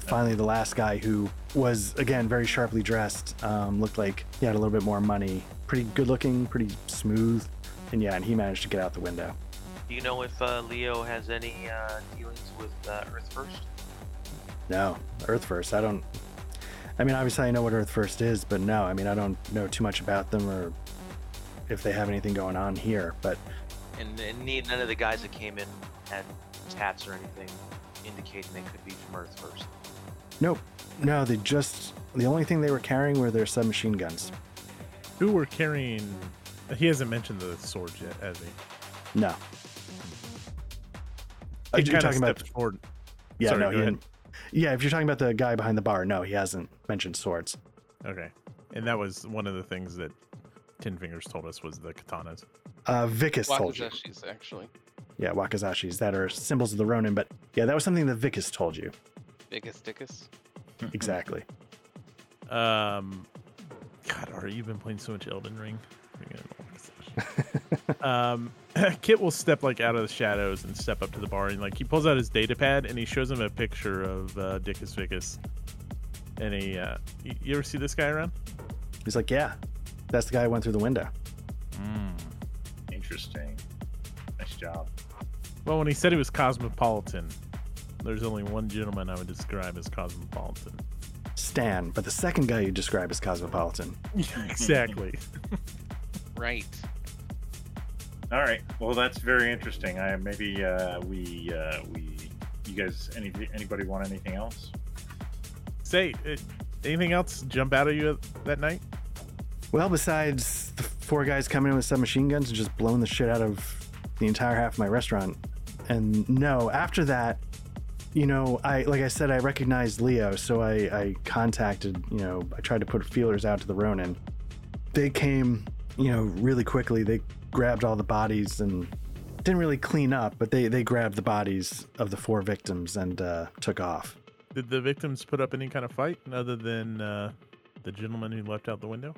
finally the last guy who was again very sharply dressed, um, looked like he had a little bit more money, pretty good looking, pretty smooth, and yeah, and he managed to get out the window.
Do you know if uh, Leo has any uh, dealings with uh, Earth First?
No, Earth First. I don't. I mean, obviously, I know what Earth First is, but no, I mean, I don't know too much about them or if they have anything going on here. But
And, and ne- none of the guys that came in had tats or anything indicating they could be from Earth First.
nope, no, they just the only thing they were carrying were their submachine guns.
Who were carrying? He hasn't mentioned the swords yet, has he?
No. Are you
kinda
talking about?
stepped forward.
Yeah,
sorry,
no,
go
he
ahead.
didn't. Yeah, if you're talking about the guy behind the bar, no, he hasn't mentioned swords.
Okay, and that was one of the things that Ten Fingers told us was the katanas.
Uh, Vicus told you.
Wakazashis, actually.
Yeah, wakazashis that are symbols of the Ronin, but yeah, that was something that Vicus told you.
Biggest, dickest.
Mm-hmm.
Exactly.
Um, God, are you've been playing so much Elden Ring? You're gonna know what this is. um, Kit will step like out of the shadows and step up to the bar, and like he pulls out his data pad and he shows him a picture of uh, Dickus Vickus. And he, uh, y- you ever see this guy around?
He's like, yeah, that's the guy who went through the window.
Interesting. Nice job.
Well, when he said he was cosmopolitan, there's only one gentleman I would describe as cosmopolitan.
Stan, but the second guy you describe as cosmopolitan.
exactly.
Right.
All right. Well, that's very interesting. I maybe uh, we uh, we you guys any anybody want anything else?
Say, uh anything else jump out at you that night?
Well, besides the four guys coming in with submachine guns and just blowing the shit out of the entire half of my restaurant. And no, after that, you know, I like I said, I recognized Leo, so I, I contacted, you know, I tried to put feelers out to the Ronin. They came, you know, really quickly. They grabbed all the bodies and didn't really clean up, but they, they grabbed the bodies of the four victims and uh, took off.
Did the victims put up any kind of fight other than uh, the gentleman who leapt out the window?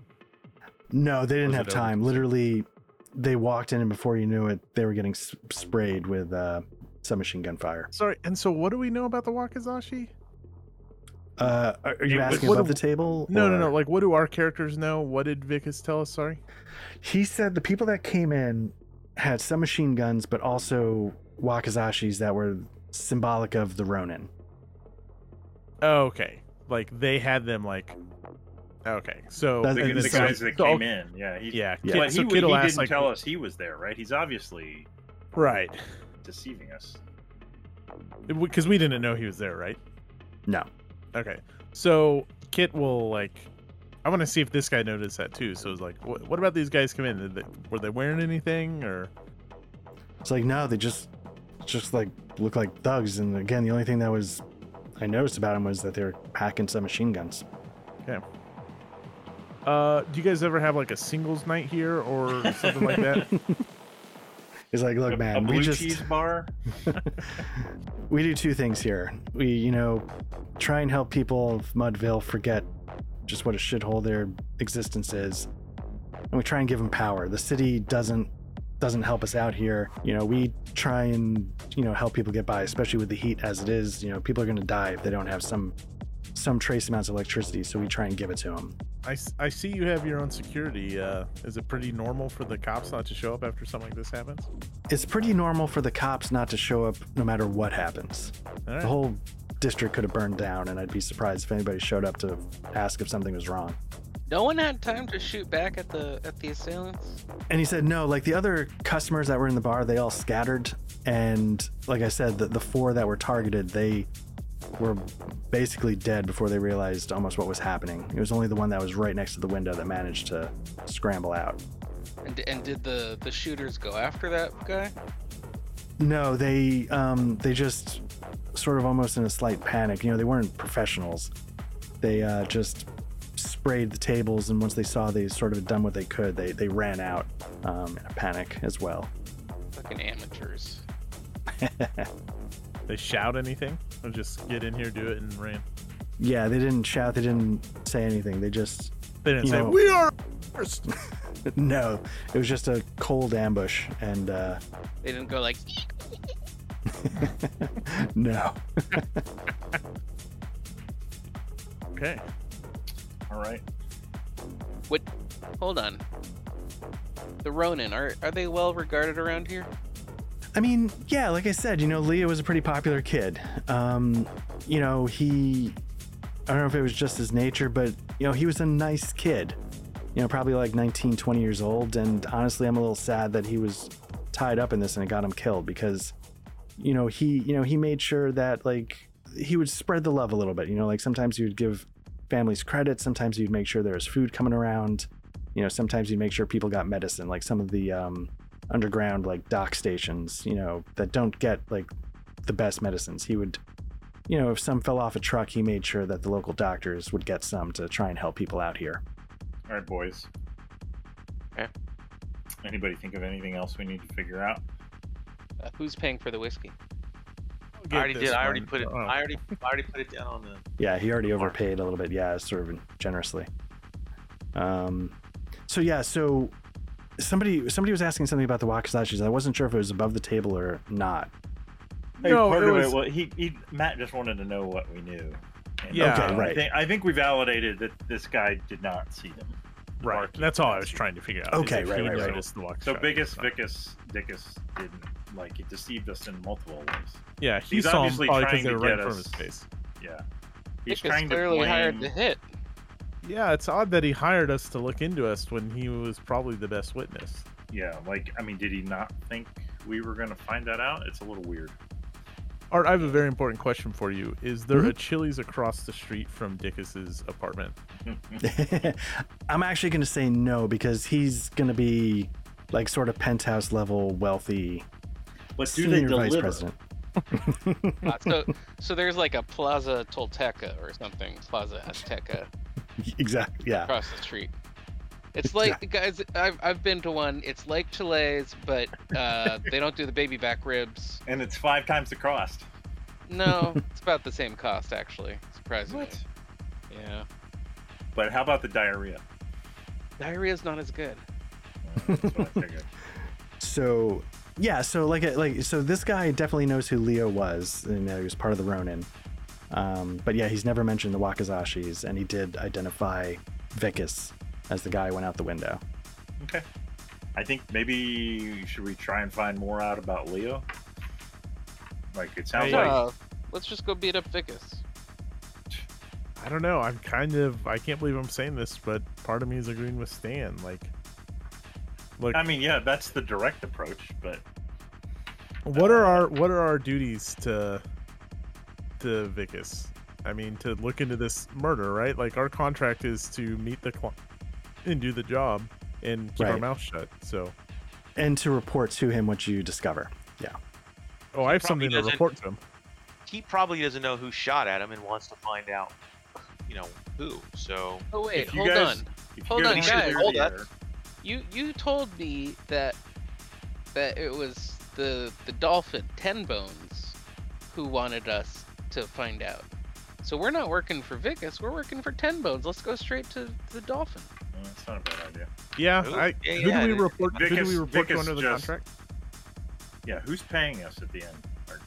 No, they didn't
Was
have
it over?
time. Literally, they walked in, and before you knew it, they were getting s- sprayed with uh, submachine gun fire.
Sorry. And so, what do we know about the Wakazashi?
Uh, are are
It
you
was-
asking
what
above
a-
the table?
No, no, no.
or-
Like, what do our characters know? What did Vicus tell us? Sorry.
He said the people that came in had submachine guns, but also wakazashis that were symbolic of the Ronin.
Oh, okay. Like they had them. Like, okay. So
That's-
The,
And
the
so-
guys that
uh, so-
came in. Yeah. He,
Yeah.
Yeah.
Kid-
But
so
he,
Kid'll
he
ask,
didn't
like,
tell us he was there, right? He's obviously
Right.
deceiving us.
Because we didn't know he was there, right?
No.
Okay. So Kit will like. I want to see if this guy noticed that too. So it's like, what, what about these guys come in? Did they, were they wearing anything or?
It's like no, they just just like look like thugs. And again, the only thing that was I noticed about them was that they were packing submachine guns.
Uh, do you guys ever have like a singles night here or something like that?
It's like, look,
A-
man,
a blue
we just
cheese bar.
we do two things here. We, you know, try and help people of Mudville forget just what a shithole their existence is, and we try and give them power. The city doesn't doesn't help us out here. You know, we try and you know help people get by, especially with the heat as it is. You know, people are going to die if they don't have some some trace amounts of electricity. So we try and give it to them.
I, s- I see you have your own security. Uh, is it pretty normal for the cops not to show up after something like this happens?
It's pretty normal for the cops not to show up no matter what happens.
All
The
right.
whole district could have burned down, and I'd be surprised if anybody showed up to ask if something was wrong.
No one had time to shoot back at the at the assailants.
And he said, no, like the other customers that were in the bar, they all scattered. And like I said, the, the four that were targeted, they were basically dead before they realized almost what was happening. It was only the one that was right next to the window that managed to scramble out.
And and did the the shooters go after that guy?
No, they um, they just sort of almost in a slight panic. You know, they weren't professionals. They uh, just sprayed the tables, and once they saw they sort of had done what they could, they they ran out um, in a panic as well.
Fucking amateurs.
They shout anything or just get in here, do it, and ran.
Yeah, they didn't shout. They didn't say anything. They just
They didn't
You
say
know-
we are first.
no. It was just a cold ambush, and uh,
They didn't go like,
no.
Okay.
All right.
hold on. The Ronin, are, are they well regarded around here?
I mean, yeah, like I said, you know, Leo was a pretty popular kid. Um, you know, he I don't know if it was just his nature, but you know, he was a nice kid. You know, probably like 19, 20 years old, and honestly, I'm a little sad that he was tied up in this and it got him killed because you know, he, you know, he made sure that like he would spread the love a little bit. You know, like sometimes he would give families credit, sometimes he'd make sure there was food coming around. You know, sometimes he'd make sure people got medicine, like some of the um underground like dock stations, you know, that don't get like the best medicines. He would, you know, if some fell off a truck, he made sure that the local doctors would get some to try and help people out here.
All right, boys.
Okay.
Anybody think of anything else we need to figure out?
Uh, who's paying for the whiskey?
Get
I already
this
did. I already
one.
put it.
Oh.
I already. I already put it down on the.
Yeah, he already overpaid a little bit. Yeah, sort of generously. Um, so yeah, so somebody somebody was asking something about the wakazachis. I wasn't sure if it was above the table or not.
Hey,
No,
part
it
of
was-
it. Well, he, he Matt just wanted to know what we knew. And
Yeah. Okay,
I
right.
think, I think we validated that this guy did not see them.
Right.
Barkeep
That's all I
does.
was trying to figure out.
Okay,
is if
right,
he
right, right.
noticed the walk
So
shot.
biggest Vicus Dickus didn't like it deceived us in multiple ways.
Yeah, he
he's
saw him
obviously
probably
trying
because they
to
were right
get
in front
us-
of his face.
Yeah, he's
Dick is
trying to
clearly
blame.
hired to hit.
Yeah, it's odd that he hired us to look into us when he was probably the best witness.
Yeah, like I mean, did he not think we were gonna find that out? It's a little weird.
Art, I have a very important question for you. Is there a
Mhm.
Chili's across the street from Dickus's apartment?
I'm actually going to say no because he's going to be like sort of penthouse level wealthy
but do they
senior vice
deliver?
president.
Uh, so, so there's like a Plaza Tolteca or something, Plaza Azteca
Exactly. Yeah.
across the street. It's like guys, I've, I've been to one. It's like Chile's, but uh, they don't do the baby back ribs.
And it's five times the cost.
No, it's about the same cost actually. Surprisingly. Yeah.
But how about the diarrhea?
Diarrhea's not as good.
Uh, That's what I figured.
So yeah, so like like so this guy definitely knows who Leo was, and he was part of the Ronin. Um, but yeah, he's never mentioned the Wakazashis, and he did identify Vicus as the guy went out the window.
Okay. I think maybe should we try and find more out about Leo? Like it sounds
Hey,
like
Uh, let's just go beat up Vicus.
I don't know. I'm kind of I can't believe I'm saying this, but part of me is agreeing with Stan. Like look
I mean, yeah, that's the direct approach, but
what are our what are our duties to to Vicus? I mean to look into this murder, right? Like our contract is to meet the client and do the job and keep our
Right.
mouth shut. So
And to report to him what you discover.
Oh, I have
Probably
something to
doesn't-
report to him.
He probably doesn't know who shot at him and wants to find out, you know, who. So
Oh wait,
If you
hold
guys-
on.
if
Hold
you
on,
guys
guys,
clear
hold
the
up.
air-
You you told me that that it was the the dolphin Ten Bones who wanted us to find out. So we're not working for Vicus, we're working for Ten Bones. Let's go straight to the dolphin.
Well, that's not a bad idea.
Yeah,
Who?
I,
Yeah,
who
yeah,
do
it-
we report? who do we
Vicus-
report to
Vicus
under the
just-
contract?
Yeah, who's paying us at the end? Or-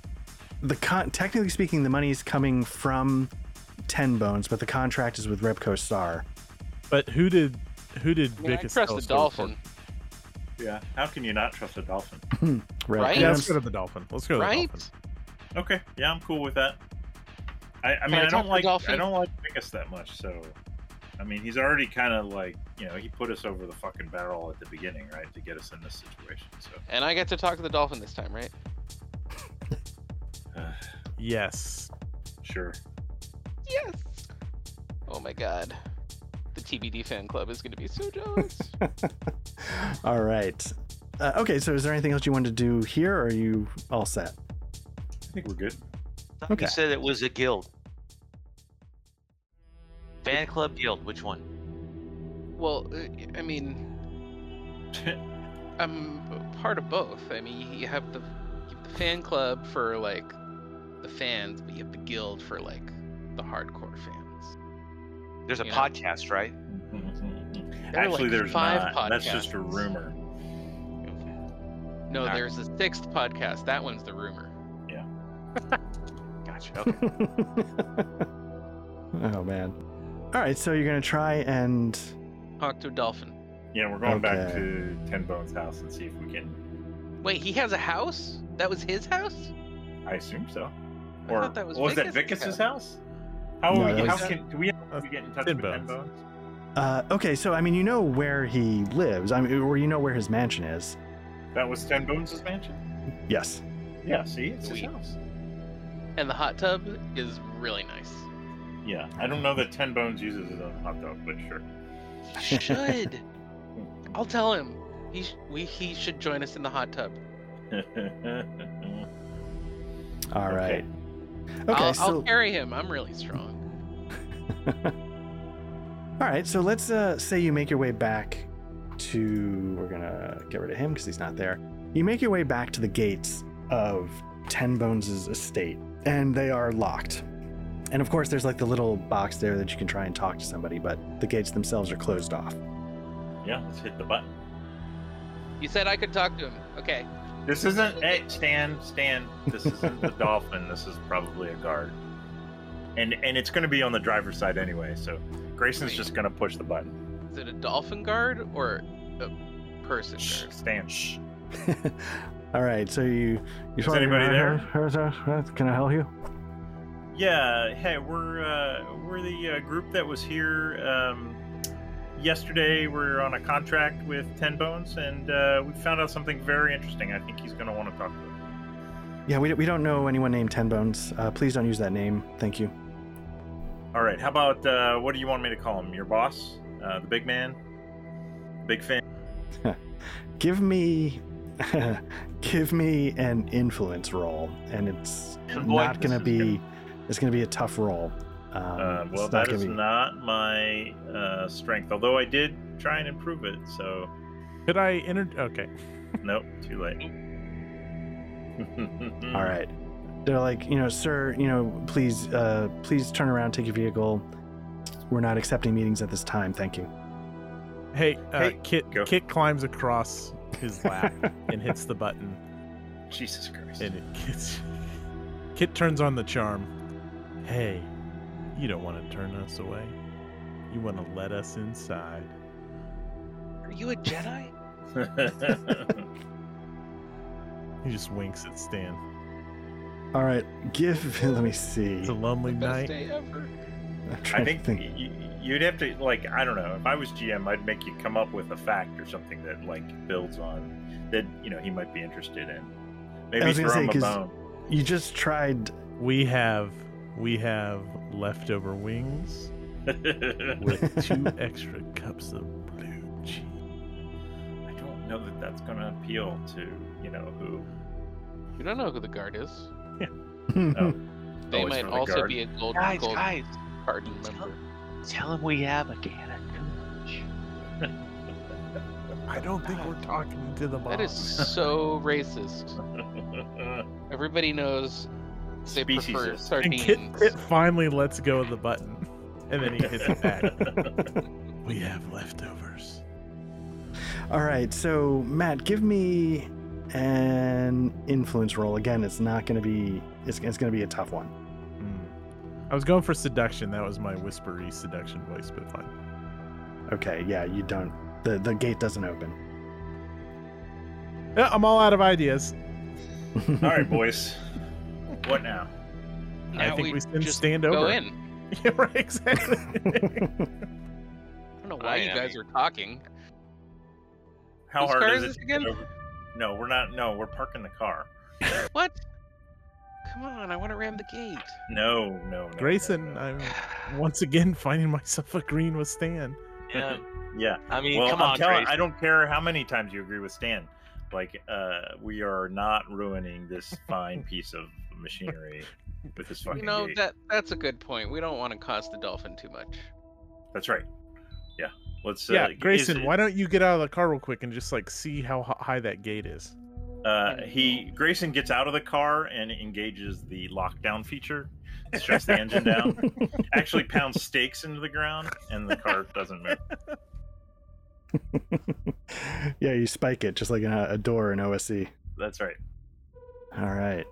The con- technically speaking, the money's coming from Ten Bones, but the contract is with Repco Star.
But who did who did
I, mean, I
Vicus
trust
tell
the
us to
dolphin,
report?
Yeah. How can you not trust a dolphin?
Right?
You know
Yeah,
what
let's go
I'm
to the dolphin. Let's go to the
right?
dolphin.
Okay. Yeah, I'm cool with that. I, I mean,
I
I,
talk
don't
to
like
Dolphin?
I don't like Vicus that much. So, I mean, he's already kind of like you know he put us over the fucking barrel at the beginning, right, to get us in this situation. So,
and I get to talk to the dolphin this time, right?
uh,
Yes.
sure.
Yes. Oh my god. The TBD fan club is going to be so jealous.
s- All right. Uh, okay, so is there anything else you wanted to do here, or are you all set?
I think we're good.
I thought
Okay.
You said it was a guild. Fan club guild. Which one?
well, uh, I mean, I'm part of both. I mean, you have the, you have the fan club for like the fans, but you have the guild for like the hardcore fans.
There's a
Yeah.
podcast, right?
There are,
Actually,
like,
there's
five
not. That's just a
podcasts.
rumor.
No,
Alright.
there's a sixth podcast. That one's the rumor.
Gotcha. Okay.
oh man. All right, so you're gonna try and
Octo Dolphin.
Yeah, we're going back
Okay.
to Ten Bones' house and see if we can.
Wait, he has a house? That was his house?
I assume so.
I
Or
thought that was
was that
Vicus's
Vicus's
house.
house? How,
No,
are we,
that
how
was-
can do we, how do we get in touch
Ten
with Ten
Bones.
Bones?
uh, okay, so I mean you know where he lives, I mean, or you know where his mansion is.
That was Ten Bones' mansion.
Yes.
Yeah, see, it's his
Sweet.
house.
And the hot tub is really nice.
Yeah, I don't know that Ten Bones uses his own hot dog, but sure.
He should. I'll tell him. He sh- we he should join us in the hot tub.
All right.
Okay.
Okay,
I'll,
so
I'll carry him. I'm really strong.
All right, so let's uh, say you make your way back to. We're gonna get rid of him because he's not there. You make your way back to the gates of Ten Bones' estate, and they are locked. And of course, there's like the little box there that you can try and talk to somebody, but the gates themselves are closed off.
yeah, let's hit the button.
You said I could talk to him. Okay.
This isn't hey, Stan. Stan, this isn't the dolphin. This is probably a guard, and and it's going to be on the driver's side anyway. So Grayson's
Wait.
just going to push the button.
Is it a dolphin guard or a person
Shh,
guard?
Stan. Shh.
All right, so you. you
Is anybody there?
Can I help you?
Yeah. Hey, we're uh, we're the uh, group that was here um, yesterday. We're on a contract with Ten Bones, and uh, we found out something very interesting. I think he's going to want to talk to us.
Yeah, we, we don't know anyone named Ten Bones. Uh, please don't use that name. Thank you.
All right. How about uh, what do you want me to call him? Your boss, uh, the big man, big fan.
Give me. give me an influence roll, and it's
Boy,
not gonna
this is gonna-
be it's gonna be a tough roll. Um,
Uh,
it's
well,
not
that
gonna
is
be-
not my uh, strength, although I did try and improve it. So,
Could I enter? Okay.
nope, too late.
all right. They're like, you know, sir, you know, please, uh, please turn around, take your vehicle. We're not accepting meetings at this time. Thank you.
Hey, uh,
Hey,
Kit.
go.
Kit climbs across his lap and hits the button,
Jesus Christ.
and it gets. Kit turns on the charm. Hey, you don't want to turn us away. You want to let us inside.
Are you a Jedi?
He just winks at Stan.
All right, give. Let me see.
It's a lonely
Best
night.
day ever.
I'm trying
I
to
think y- y- you'd have to, like, I don't know. If I was GM, I'd make you come up with a fact or something that, like, builds on that, you know, he might be interested in.
I
Maybe
was
throw
gonna say,
him a
'cause-
bone.
You just tried.
We have we have leftover wings with two extra cups of blue cheese.
I don't know that that's going to appeal to, you know, who.
You don't know who the guard is. They
Oh, it's
might
from the
also
guard.
be a gold
Guys,
gold
guys,
card
tell-
member.
tell him we have a can of Coolidge.
I don't think we're talking to the boss.
That is so racist. Everybody knows they prefer
Speciesist.
and
sardines.
Kit, Kit finally lets go of the button, and then he hits it back. we have leftovers.
All right, so Matt, give me an influence roll. Again, it's not gonna be. It's, it's gonna be a tough one.
Hmm. I was going for seduction. That was my whispery seduction voice, but fine.
Okay, yeah, you don't. The the gate doesn't open.
Yeah, I'm all out of ideas.
All right, boys. What now?
I
Now
think
we
we can
just
stand
Go
over.
in.
yeah, right, exactly.
I don't know why
I
you
am.
guys are talking.
How
Whose
hard
car
is
is
it
this
to get
again?
over- No, we're not. No, we're parking the car.
What? Come on, I want to ram the gate.
No, no, no.
Grayson,
no,
I'm once again finding myself agreeing with Stan.
Yeah.
no. Yeah.
I mean,
Well,
come
I'm
on,
telling-
Grace.
I don't care how many times you agree with Stan. Like, uh, we are not ruining this fine piece of machinery with this fucking
You know
gate.
that that's a good point. We don't want to cost the dolphin too much.
That's right. Yeah. Let's. uh,
yeah,
is
Grayson,
it-
why don't you get out of the car real quick and just like see how h- high that gate is?
Uh, he Grayson gets out of the car and engages the lockdown feature, shuts the engine down. Actually, pounds stakes into the ground, and the car doesn't move.
yeah, you spike it just like in a, a door in OSC.
That's right.
All right.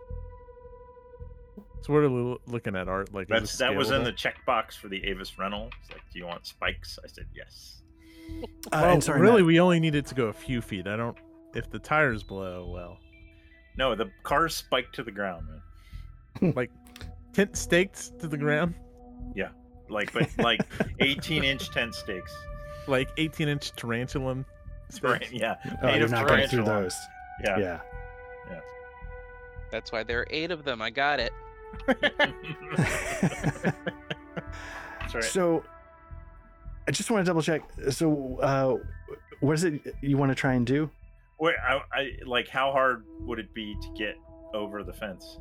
So we're lo- looking at art like is
That's
this
that was in the
scalable?
checkbox for the Avis rental. It's like, do you want spikes? I said yes.
Uh,
Oh,
and sorry,
really,
Matt.
we only needed to go a few feet. I don't. If the tires blow, well,
No, the car's spiked to the ground, man.
tent staked to the ground,
Like, but like eighteen inch tent stakes.
like 18 inch tarantula.
Right, Yeah,
Oh,
made
you're
of
not going through
tarantula.
those.
yeah.
Yeah.
That's why there are eight of them. I got it.
That's right.
So, I just want to double check. So, uh, what is it you want to try and do?
Wait, I, I like how hard would it be to get over the fence?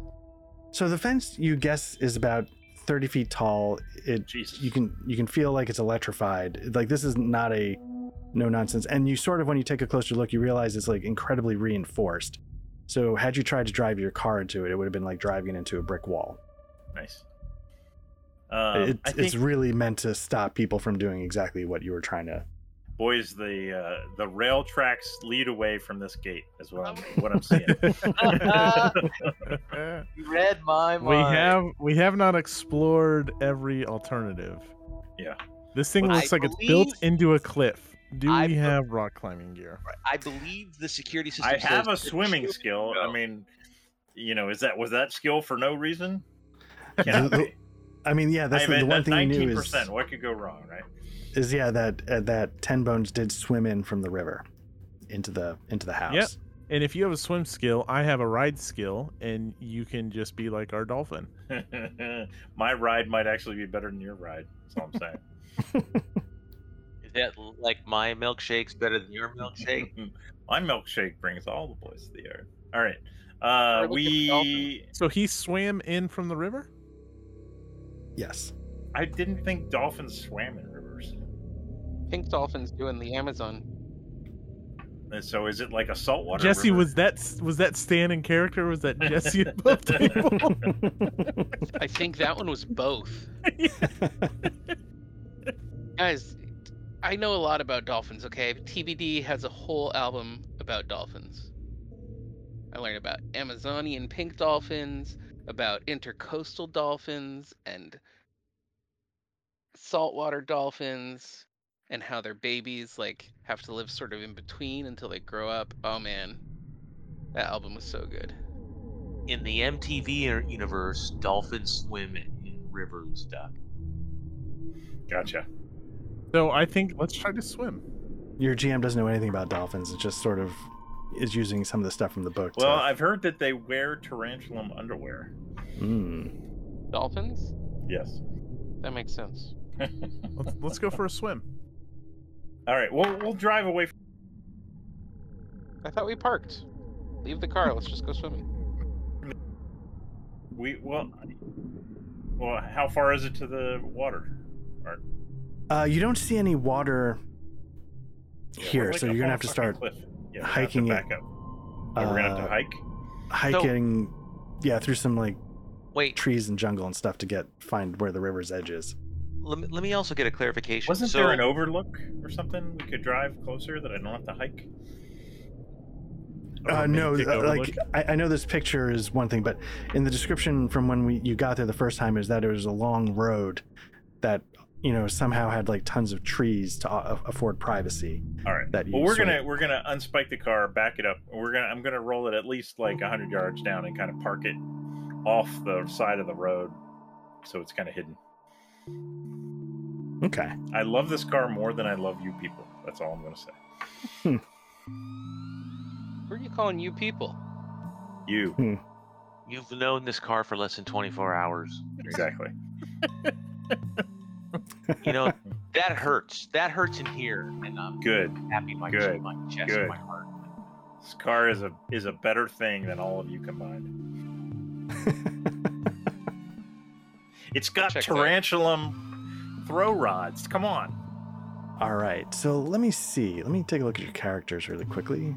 So the fence you guess is about thirty feet tall. It
Jesus.
you can you can feel like it's electrified. Like this is not a no nonsense. And you sort of when you take a closer look, you realize it's like incredibly reinforced. So had you tried to drive your car into it, it would have been like driving into a brick wall.
Nice. Um,
it's,
I think,
it's really meant to stop people from doing exactly what you were trying to.
boys, the uh, the rail tracks lead away from this gate, is what I'm what I'm seeing.
we
You read my mind.
have we have not explored every alternative.
Yeah.
This thing
Well,
looks
I
like it's built
believe-
into a cliff. Do
I
we
be-
have rock climbing gear?
I believe the security system.
I have a
says-
swimming skill. I
go.
mean, you know, is that was that skill for no reason?
The-
Can't
the-
be.
I mean, yeah, that's
I
the,
mean,
the one
that's
thing you knew
nineteen
is,
percent. What could go wrong, right?
is yeah that uh, that ten bones did swim in from the river into the into the house.
And if you have a swim skill, I have a ride skill, and you can just be like our dolphin.
My ride might actually be better than your ride. That's all I'm saying.
Is that like my milkshake's better than your milkshake?
My milkshake brings all the boys to the yard. All right. Uh,
Or we could
we.
So he swam in from the river.
Yes.
I didn't think dolphins swam in rivers.
Pink dolphins doing the Amazon.
And so is it like a saltwater?
Jesse
river?
was that was that Stan in character? Was that Jesse above table?
I think that one was both. Guys, I know a lot about dolphins, okay? TBD has a whole album about dolphins. I learned about Amazonian pink dolphins, about intercoastal dolphins, and saltwater dolphins, and how their babies like have to live sort of in between until they grow up. Oh man, that album was so good.
In the MTV er- universe, dolphins swim in rivers, Doc.
Gotcha.
so I think let's try to swim.
Your GM doesn't know anything about dolphins. It just sort of is using some of the stuff from the book. to-
Well, I've heard that they wear tarantulum underwear.
Mm.
Dolphins?
Yes.
That makes sense.
Let's, let's go for a swim.
All right. We'll we'll drive away. From...
I thought we parked. Leave the car. Let's just go swimming.
We well. Well, how far is it to the water?
Uh, you don't see any water
Yeah, we're
here,
like
so
up
you're gonna
on a
have to
fucking
start
cliff. Yeah, we're gonna have to
hiking it,
back up. Oh, we're gonna have
uh,
to hike.
hiking. Yeah, through some like
Wait,
trees and jungle and stuff to get find where the river's edge is.
let me, let me also get a clarification.
Wasn't
so,
there an overlook or something we could drive closer that I don't have to hike? Oh,
Uh, no,
romantic
uh, like
overlook?
I, I know this picture is one thing, but in the description from when we you got there the first time is that it was a long road that you know somehow had like tons of trees to uh, afford privacy.
All right.
That you
Well, we're
sort of-
gonna we're gonna unspike the car, back it up. and We're gonna I'm gonna roll it at least like hundred yards down and kind of park it off the side of the road, so it's kind of hidden.
Okay.
I love this car more than I love you people. That's all I'm gonna say.
Who are you calling you people?
You
You've known this car for less than 24 hours.
exactly.
You know, that hurts. That hurts in here, and I'm
Good.
happy my,
Good.
my chest
Good.
and my heart.
This car is a is a better thing than all of you combined. it's got
Check that.
tarantulum throw rods. Come on.
All right. So let me see. Let me take a look at your characters really quickly.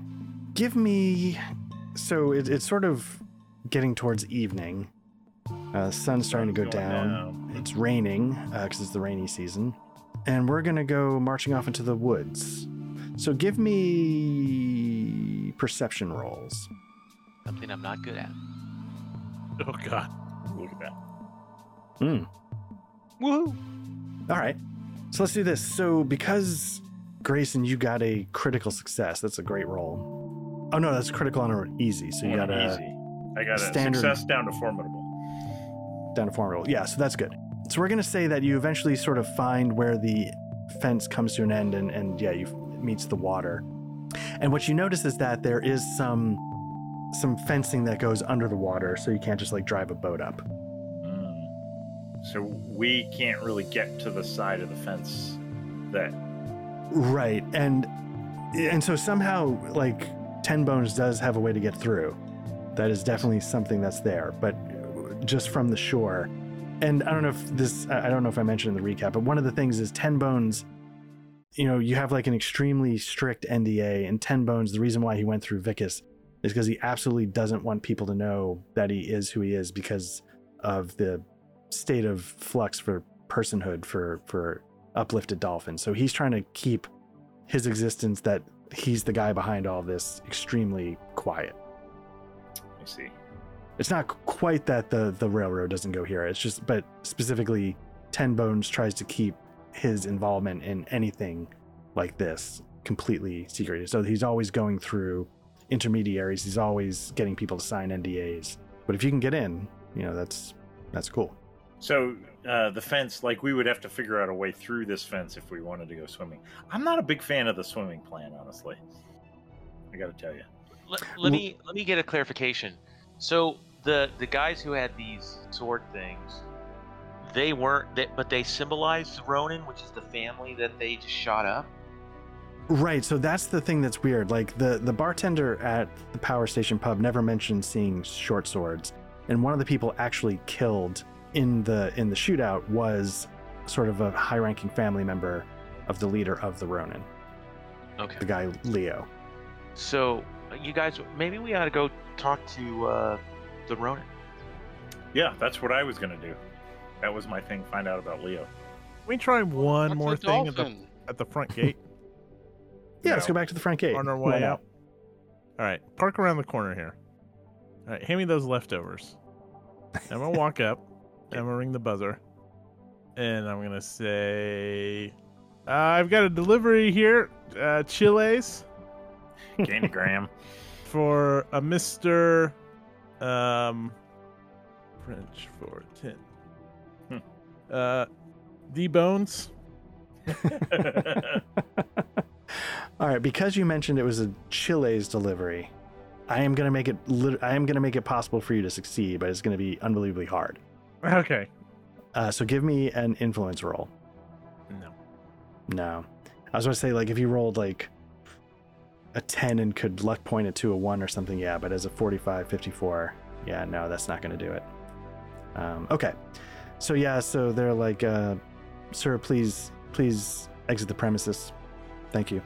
Give me. So it, it's sort of getting towards evening. Uh, sun's starting to go
Going
down. It's raining because it's the rainy season. And we're going to go marching off into the woods. So give me perception rolls.
Something I'm not good at.
Oh god.
Look at that.
Mm.
Woohoo!
All right. So let's do this. So because Grayson, you got a critical success. That's a great roll. Oh, no, that's critical on an easy. So you
One
got a.
easy. I got a
standard-
success down to formidable.
down to form roll. Yeah, so that's good. So we're gonna say that you eventually sort of find where the fence comes to an end, and and yeah, you it meets the water. And what you notice is that there is some some fencing that goes under the water, so you can't just like drive a boat up.
Mm. So we can't really get to the side of the fence that
Right, and and so somehow like Ten Bones does have a way to get through. That is definitely something that's there, but just from the shore. And I don't know if this I I don't know if I mentioned in the recap, but one of the things is Ten Bones. You know, you have like an extremely strict NDA, and Ten Bones. The reason why he went through Vicus is because he absolutely doesn't want people to know that he is who he is because of the state of flux for personhood for for uplifted dolphins. So he's trying to keep his existence that he's the guy behind all this extremely quiet.
I see.
It's not quite that the the railroad doesn't go here. It's just but specifically Ten Bones tries to keep his involvement in anything like this completely secreted. So he's always going through intermediaries. He's always getting people to sign NDAs. But if you can get in, you know, that's that's cool.
So uh, the fence, like we would have to figure out a way through this fence if we wanted to go swimming. I'm not a big fan of the swimming plan, honestly. I got to tell you.
Let,
Well-
let me let me get a clarification. So the the guys who had these sword things, they weren't, they, but they symbolized Ronin, which is the family that they just shot up.
Right, so that's the thing that's weird. Like the the bartender at the power station pub never mentioned seeing short swords, and one of the people actually killed in the in the shootout was sort of a high-ranking family member of the leader of the Ronin,
Okay.
the guy Leo.
So you guys, maybe we ought to go talk to uh, the Ronin.
Yeah, that's what I was going to do. That was my thing. Find out about Leo.
Can we try one
What's
more
a
thing at the
dolphin?
at the front gate
Yeah, let's
No.
go back to the front gate.
on our
Why
way
not?
out? All right, park around the corner here. All right, hand me those leftovers. I'm gonna walk up. and I'm gonna ring the buzzer, and I'm gonna say, uh, "I've got a delivery here, uh, chiles
Candy Graham.
for a Mister um, French for ten,
Hmm.
uh, D Bones."
Uh,
All right, because you mentioned it was a Chile's delivery, I am going to make it lit- I am going to make it possible for you to succeed, but it's going to be unbelievably hard.
Okay.
Uh, so give me an influence roll.
No.
No. I was going to say, like, if you rolled, like, a 10 and could luck point it to a 1 or something, yeah, but as a 45, 54, yeah, no, that's not going to do it. Um, okay. So, yeah, so they're like, uh, sir, please, please exit the premises. Thank you.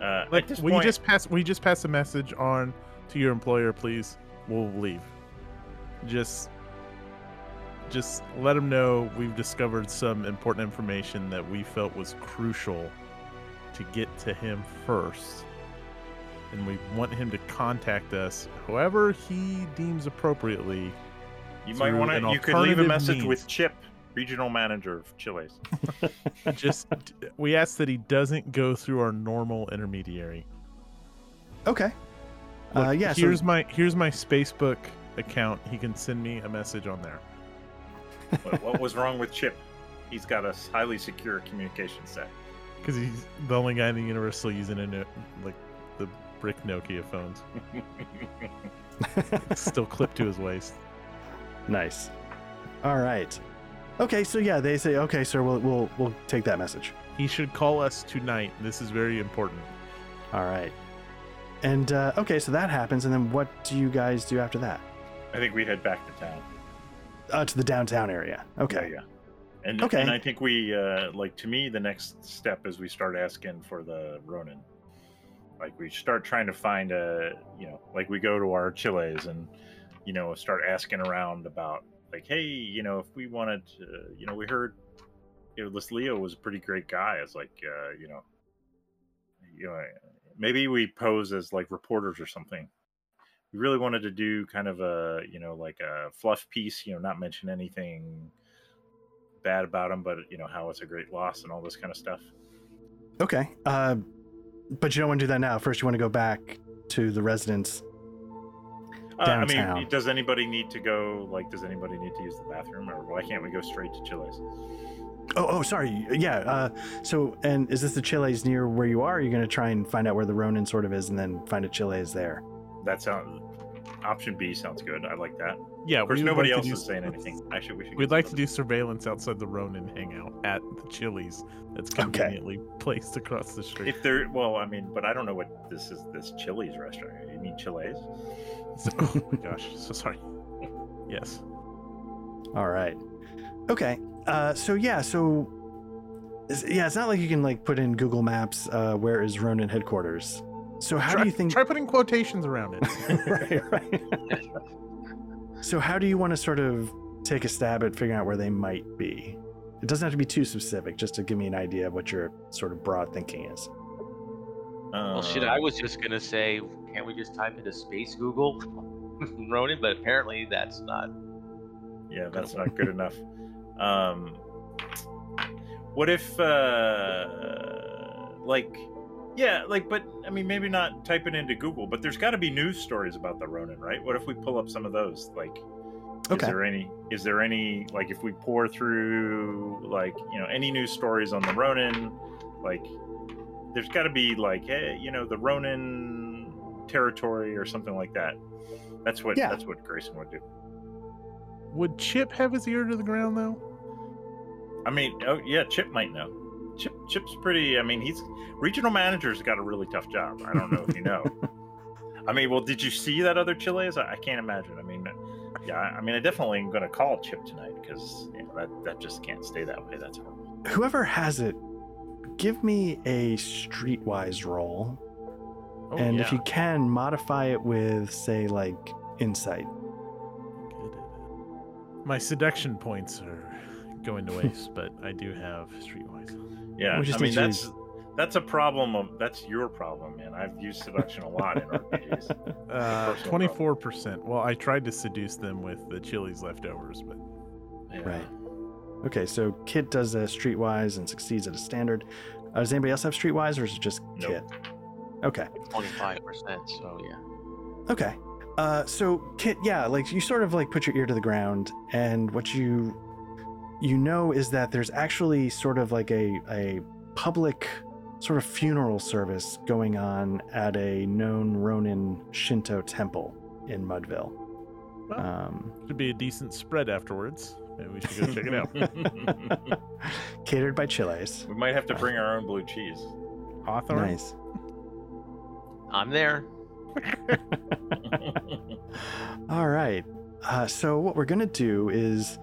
Uh,
Like,
at this
will
point,
you just pass? Will you just pass a message on to your employer, please? We'll leave. Just, just let them know we've discovered some important information that we felt was crucial to get to him first, and we want him to contact us, whoever he deems appropriately.
you might
through
want
an
to. You could leave a
alternative
message
means.
with Chip, regional manager of Chile's.
Just, we ask that he doesn't go through our normal intermediary.
Okay.
Look,
uh, yeah, so-
here's my here's my spacebook account he can send me a message on there
But what was wrong with Chip? He's got a highly secure communication set.
because he's the only guy in the universe still using a no- like the brick nokia phones It's still clipped to his waist
Nice. All right. Okay, so yeah, they say, okay, sir, we'll, we'll, we'll take that message.
he should call us tonight this is very important
All right. And, uh, okay, so that happens. And then what do you guys do after that?
I think we head back to town.
Uh, to the downtown area. Okay.
Yeah, yeah. And
Okay.
and I think we uh, like to me the next step is we start asking for the Ronin. Like we start trying to find a you know like we go to our Chiles and you know start asking around about like, hey, you know, if we wanted, to, you know, we heard, you know, this Leo was a pretty great guy. It's like, uh, you know, you know, maybe we pose as like reporters or something. We really wanted to do kind of a, you know, like a fluff piece, you know, not mention anything bad about him, but you know how it's a great loss and all this kind of stuff.
Okay. Uh, but you don't want to do that now. First, you want to go back to the residence.
Uh, I mean,
Downtown.
does anybody need to go? Like, does anybody need to use the bathroom, or why can't we go straight to Chile's?
Oh, oh, sorry. Yeah. Uh, so, and is this the Chile's near where you are? Or are you going to try and find out where the Ronin sort of is and then find a Chile's there?
That sounds. Option B sounds good. I like that. Of
Yeah, we
course,
would
nobody
like
else
to do-
is saying anything. Actually, we should.
We'd
get
like to
somebody-
do surveillance outside the Ronin hangout at the Chili's that's
Okay.
conveniently placed across the street.
If there, well, I mean, but I don't know what this is. This Chili's restaurant. You mean Chile's?
So- oh my gosh, so sorry. Yes.
All right. Okay. Uh, so yeah. So is- yeah, it's not like you can like put in Google Maps. Uh, where is Ronin headquarters? So how
try,
do you think?
Try putting quotations around
right,
it.
right. so how do you want to sort of take a stab at figuring out where they might be? It doesn't have to be too specific, just to give me an idea of what your sort of broad thinking is.
Well, shit,
Uh,
I was just gonna say, can't we just type into space Google Ronin? But apparently that's not.
Yeah, that's not good enough. Um, what if, uh, like, yeah, like, but I mean, maybe not type it into Google, but there's got to be news stories about the Ronin, right? What if we pull up some of those? Like,
Okay.
is there any? Is there any? Like, if we pour through, like, you know, any news stories on the Ronin, like, there's got to be like, hey, you know, the Ronin territory or something like that. That's what.
Yeah.
That's what Grayson would do.
Would Chip have his ear to the ground though?
I mean, oh yeah, Chip might know. Chip, Chip's pretty. I mean, he's regional manager's got a really tough job. I don't know if you know. I mean, well, did you see that other Chile's? I, I can't imagine. I mean, yeah, I I mean, I definitely am going to call Chip tonight because you know, that that just can't stay that way. That's horrible.
Whoever has it, give me a streetwise roll.
Oh,
and
yeah.
if you can, modify it with, say, like insight.
Good. My seduction points are going to waste, but I do have streetwise.
Yeah,
We just
I mean,
need you-
that's that's a problem of that's your problem, man. I've used seduction a lot in RPGs.
Uh,
Personal
Twenty-four percent. Well, I tried to seduce them with the Chili's leftovers, but
Yeah.
Right. Okay, so Kit does a streetwise and succeeds at a standard. Uh, does anybody else have streetwise, or is it just
Nope.
Kit? Okay.
25%, so yeah.
Okay. Uh, so Kit, yeah, like you sort of like put your ear to the ground, and what you you know is that there's actually sort of like a a public sort of funeral service going on at a known Ronin Shinto temple in Mudville.
Well,
Um,
should be a decent spread afterwards. Maybe we should go check it out.
catered by Chiles.
we might have to
Uh,
bring our own blue cheese.
Hawthorne.
Nice.
I'm there.
All right. Uh, so what we're gonna do is,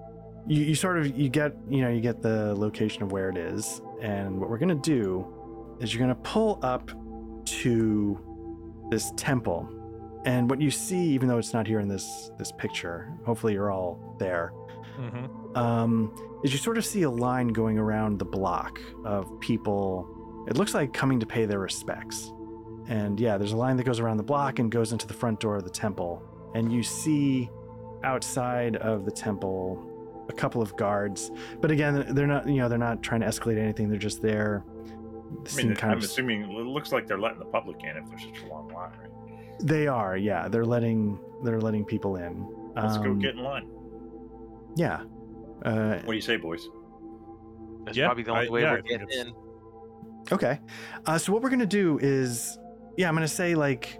you, you sort of you get you know you get the location of where it is, and what we're gonna do is you're gonna pull up to this temple, and what you see, even though it's not here in this this picture, hopefully you're all there,
hmm
um, is you sort of see a line going around the block of people. It looks like coming to pay their respects. And yeah, there's a line that goes around the block and goes into the front door of the temple. And you see outside of the temple a couple of guards. But again, they're not, you know, they're not trying to escalate anything. They're just there.
I
Seem
mean,
kind
I'm
of-
assuming it looks like they're letting the public in if there's such a long line, right?
They are, yeah. They're letting they're letting people in.
Let's go
Um,
get in line.
Yeah. Uh,
What do you say, boys?
That's
Yeah,
probably the only
I-
way
yeah, I
we're
think
getting
it's-
in.
Okay. Uh, so what we're gonna do is, yeah, I'm gonna say like,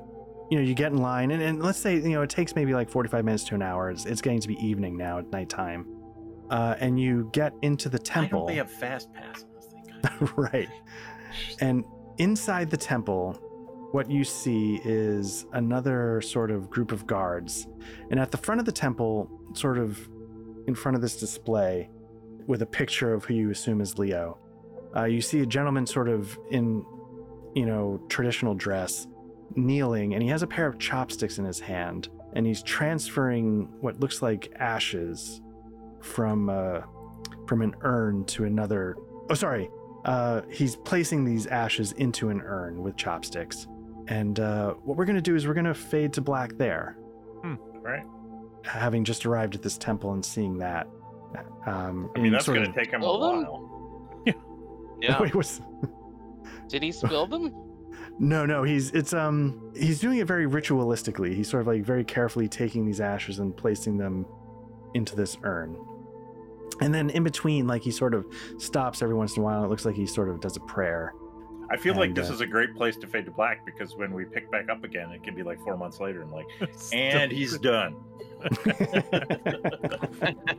you know, you get in line, and, and let's say you know it takes maybe like 45 minutes to an hour. It's, it's getting to be evening now, at nighttime, uh, and you get into the temple.
fast pass on this thing?
right. And inside the temple, what you see is another sort of group of guards. And at the front of the temple, sort of in front of this display with a picture of who you assume is Leo, uh, you see a gentleman sort of in, you know, traditional dress kneeling, and he has a pair of chopsticks in his hand. And he's transferring what looks like ashes from uh, from an urn to another. Oh, sorry. Uh, he's placing these ashes into an urn with chopsticks, and uh, what we're gonna do is we're gonna fade to black there.
All right.
Having just arrived at this temple and seeing that, um,
I mean,
in
that's
sort
going to
of-
take him a
Well, then-
while.
Yeah.
Wait, what's-
Did he spill them?
No, no, he's it's um he's doing it very ritualistically. He's sort of like very carefully taking these ashes and placing them into this urn. And then in between, like he sort of stops every once in a while. It looks like he sort of does a prayer.
I feel like
And,
this
uh,
is a great place to fade to black because when we pick back up again, it can be like four months later and like, and he's done.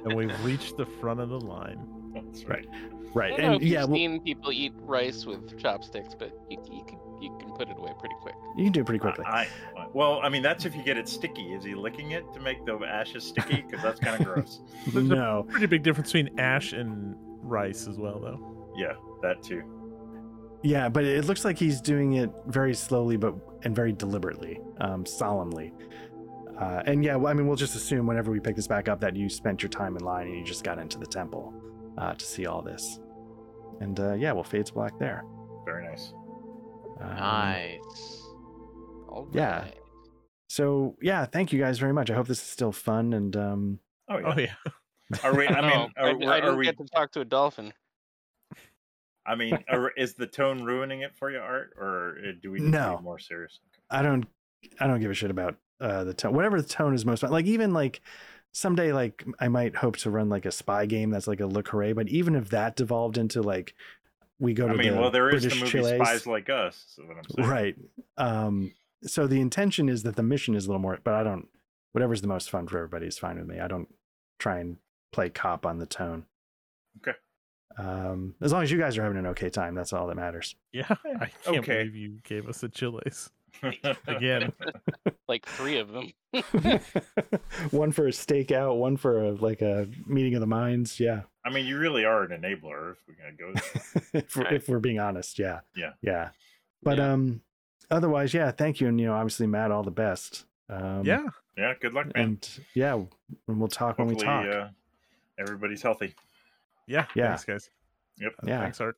and we've reached the front of the line.
That's right.
I
Right.
don't know
And
if
yeah,
you've
well, you
seen people eat rice with chopsticks, but you, you can you can put it away pretty quick.
can do it pretty quickly.
I, I- well, I mean, that's if you get it sticky. Is he licking it to make the ashes sticky? Because that's kind of gross.
no.
Pretty big difference between ash and rice as well, though.
Yeah, that too.
Yeah, but it looks like he's doing it very slowly but and very deliberately, um, solemnly. Uh, and yeah, well, I mean, we'll just assume whenever we pick this back up that you spent your time in line and you just got into the temple uh, to see all this. And uh, yeah, well, fades black there.
Very nice.
Um,
Nice.
All
Yeah.
right.
So yeah, thank you guys very much. I hope this is still fun. And um,
Oh yeah.
Oh yeah.
Are we? I mean,
Oh, I,
are,
d-
are,
I didn't
we?
get to talk to a dolphin.
I mean, are, is the tone ruining it for you, Art, or uh, do we need to
No.
be more serious?
I don't, I don't give a shit about uh, the tone. Whatever the tone is most fun. Like even like someday, like I might hope to run like a spy game that's like a look hooray. But even if that devolved into like we go to
I mean,
the
well, there is
British
the movie
Chiles,
Spies Like Us. Is what I'm saying.
right? Um, so the intention is that the mission is a little more, but I don't. Whatever's the most fun for everybody is fine with me. I don't try and play cop on the tone.
Okay.
Um, as long as you guys are having an okay time, that's all that matters.
Yeah. I can't
Okay. Uh,
believe you gave us a chiles
Again.
again.
Like three of them.
one for a stakeout, one for a, like a meeting of the minds. Yeah,
I mean, you really are an enabler. If we're gonna go, there.
if, we're,
Right.
if we're being honest, yeah,
Yeah.
yeah. But
Yeah.
um, otherwise, yeah. Thank you, and you know, obviously, Matt, all the best. Um,
yeah.
yeah. Good luck, man.
and yeah, and we'll talk when we
Hopefully,
talk.
uh, everybody's healthy.
Yeah.
Yeah.
Thanks, guys.
Yep.
Uh,
Yeah.
Thanks, Art.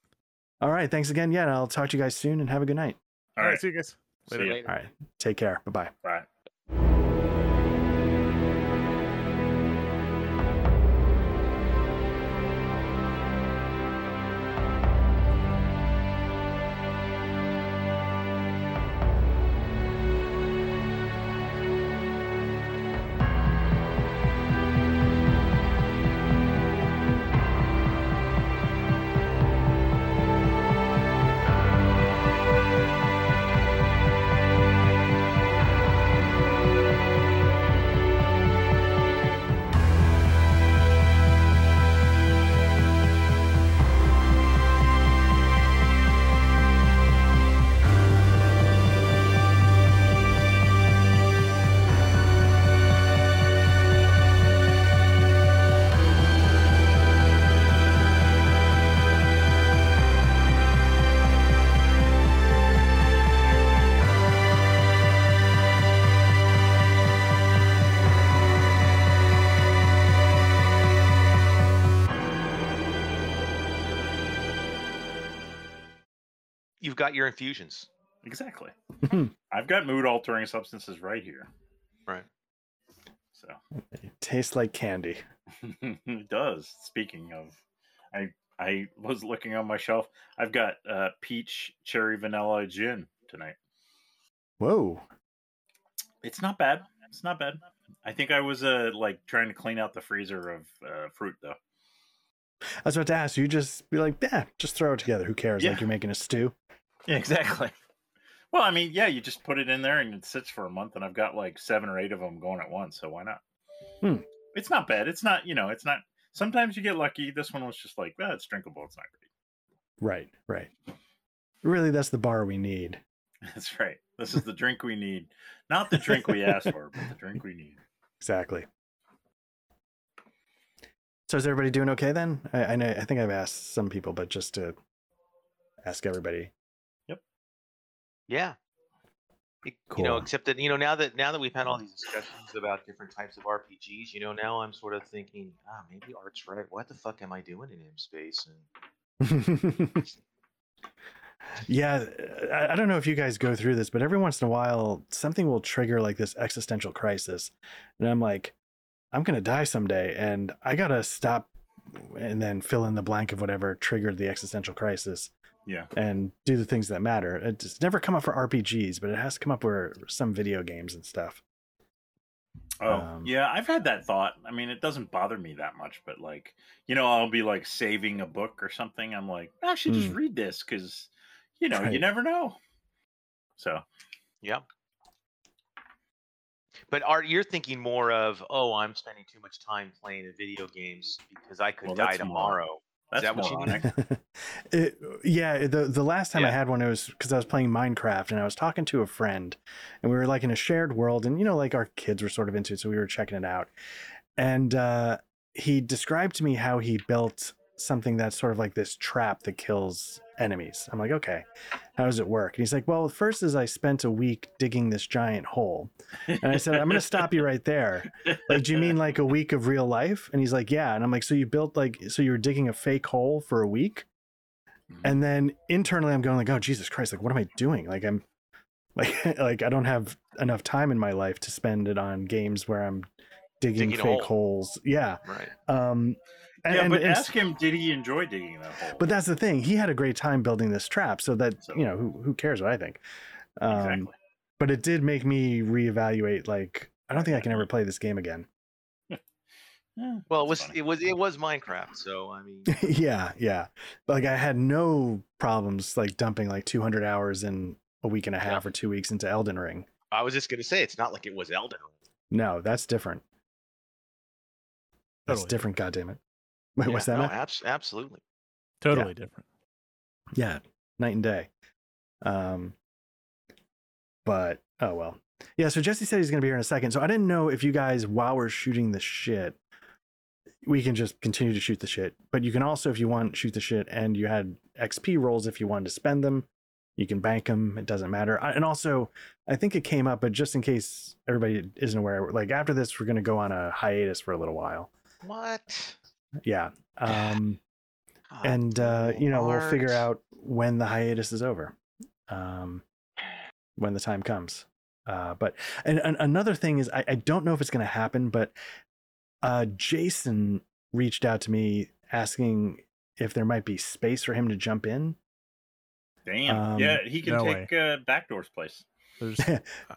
All right, thanks again. Yeah, and I'll talk to you guys soon, and have a good night.
All right.
See you guys.
See ya.
All right, take care. Bye bye.
Bye.
You've got your infusions.
Exactly.
Mhm.
I've got mood altering substances right here.
Right.
So
It tastes like candy.
it does. Speaking of, I I was looking on my shelf. I've got uh, peach cherry vanilla gin tonight.
Whoa.
It's not bad. It's not bad. I think I was uh like trying to clean out the freezer of uh, fruit though.
I was about to ask you. Just be like, yeah, just throw it together. Who cares?
Yeah.
Like you're making a stew.
Yeah, exactly. Well, I mean, yeah, you just put it in there and it sits for a month, and I've got like seven or eight of them going at once, so why not?
Hmm.
It's not bad. It's not, you know, it's not. Sometimes you get lucky. This one was just like, ah, it's drinkable. It's not great.
Right, right. Really, that's the bar we need.
That's right. This is the drink we need. Not the drink we asked for, but the drink we need.
Exactly. So is everybody doing okay then? I, I know I think I've asked some people, but just to ask everybody.
Yeah. You
Cool.
know, except that you know now that now that we've had all these discussions about different types of RPGs, you know, now I'm sort of thinking, ah, maybe art's right. What the fuck am I doing in M space? And
yeah, I, I don't know if you guys go through this, but every once in a while, something will trigger like this existential crisis. And I'm like, I'm going to die someday. And I got to stop and then fill in the blank of whatever triggered the existential crisis
Yeah.
and do the things that matter. It's never come up for RPGs, but it has come up for some video games and stuff.
Oh,
Um,
yeah, I've had that thought. I mean, it doesn't bother me that much, but like, you know, I'll be like saving a book or something. I'm like, I should just
Mm.
read this because, you know, you
Right.
never know. So,
yeah. But art, you're thinking more of, oh, I'm spending too much time playing video games because I could
Well,
die
that's more-
tomorrow.
that's
that what you
moronic.
it, yeah, the the last time I
Yeah.
had one, it was because I was playing Minecraft and I was talking to a friend, and we were like in a shared world, and you know, like our kids were sort of into it, so we were checking it out, and uh, he described to me how he built something that's sort of like this trap that kills enemies. I'm like, okay, how does it work? And he's like, well, first is I spent a week digging this giant hole, and I said, I'm gonna stop you right there like do you mean like a week of real life and he's like yeah and i'm like so you built like so you were digging a fake hole for a week
Mm-hmm.
and then internally i'm going like oh jesus christ like what am i doing like i'm like like i don't have enough time in my life to spend it on games where i'm digging,
Digging a
fake
hole.
holes yeah
Right.
um and,
yeah,
and-
but
and-
ask him, did he enjoy digging that hole?
but that's the thing he had a great time building this trap so that
So-
you know who, who cares what i think um
exactly.
but it did make me reevaluate like i don't think i can ever play this game again
Yeah,
Well, it
that's
was
funny.
it was it was Minecraft, so I mean,
yeah, yeah. Like I had no problems like dumping like 200 hours in a week and a half or two weeks into Elden Ring.
I was just gonna say it's not like it was Elden. Ring.
No, that's different. That's
Totally.
different. God damn it! Wait, what's
Yeah,
that?
No,
Matt?
abs- absolutely.
Totally different.
yeah, night and day. Um, but oh well. Yeah. So Jesse said he's gonna be here in a second. So I didn't know if you guys, while we're shooting the shit, we can just continue to shoot the shit. But you can also, if you want, shoot the shit. And you had XP rolls if you wanted to spend them. You can bank them. It doesn't matter. I- And also, I think it came up, but just in case everybody isn't aware, like after this, we're gonna go on a hiatus for a little while.
What?
Yeah. Um.
God
and uh, you know we'll figure
Art.
out when the hiatus is over um, when the time comes uh, but and, and another thing is I, I don't know if it's going to happen but uh, jason reached out to me asking if there might be space for him to jump in
Damn.
um,
yeah, he can
no
take uh, Backdoor's place.
There's,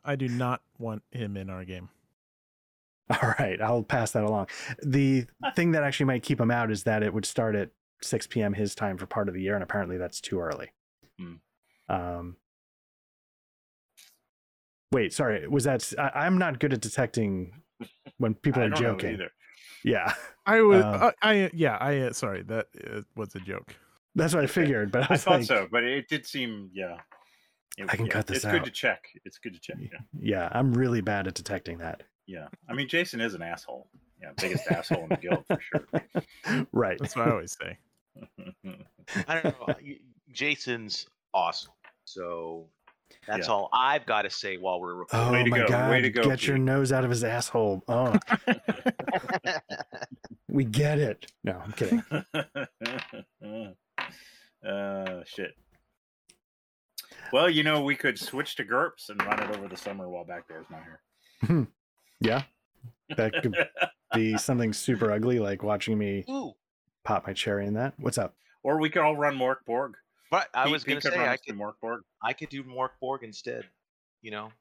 I do not want him in our game.
all right i'll pass that along the
Uh
thing that actually might keep him out is that it would start at 6 p.m his time for part of the year and apparently that's too early
Hmm.
um wait sorry was that s- I, am not good at detecting when people
I
are
don't know
joking
either.
yeah
I was,
Um,
I, I yeah, I uh, sorry, that uh, was a joke.
that's what i
Okay.
figured but i
I
was
thought
like
so, but it did seem, yeah. It-
I can
yeah,
cut this
It's good
out.
to check. It's good to check. Yeah.
yeah i'm really bad at detecting that
Yeah. I mean, Jason is an asshole. Yeah. Biggest asshole in the guild for sure.
right
That's what I always say.
I don't know. y- Jason's awesome. So that's
Yeah.
all I've got to say while we're recording.
oh
Way to
my
go,
god
way to go,
get your
Pete.
nose out of his asshole oh we get it no i'm kidding
uh, shit. Well, you know, we could switch to GURPS and run it over the summer while Backdoor's not here.
yeah that could be something super ugly like watching me
Ooh,
pop my cherry in that what's up
or we could all run Mork Borg.
but I
Pete-
was
Pete
going to
could
say
run
I
us to
could
Mork Borg.
I could do Mork Borg instead. You know,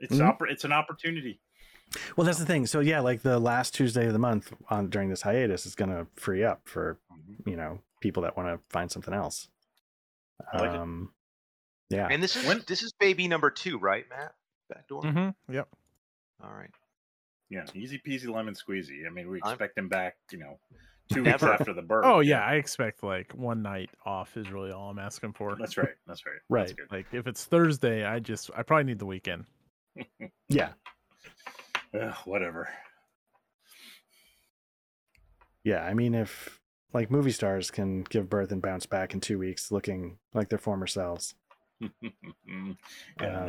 It's
Mhm.
oppor- it's an opportunity.
Well, that's the thing. So yeah, like the last Tuesday of the month on during this hiatus is going to free up for
Mm-hmm.
you know people that want to find something else.
I like it.
um, yeah,
and this is
When-
this is baby number two, right, Matt? Backdoor.
Mm-hmm. Yep.
All right.
Yeah, easy peasy lemon squeezy. I mean, we
I'm-
expect him back. You know, two weeks
Never.
after the birth.
Oh yeah, I expect like one night off is really all I'm asking for.
that's right. That's right.
Right.
That's good.
Like if it's Thursday, I just I probably need the weekend.
yeah,
Ugh, whatever.
yeah. I mean, if like movie stars can give birth and bounce back in two weeks looking like their former selves,
yeah,
Um,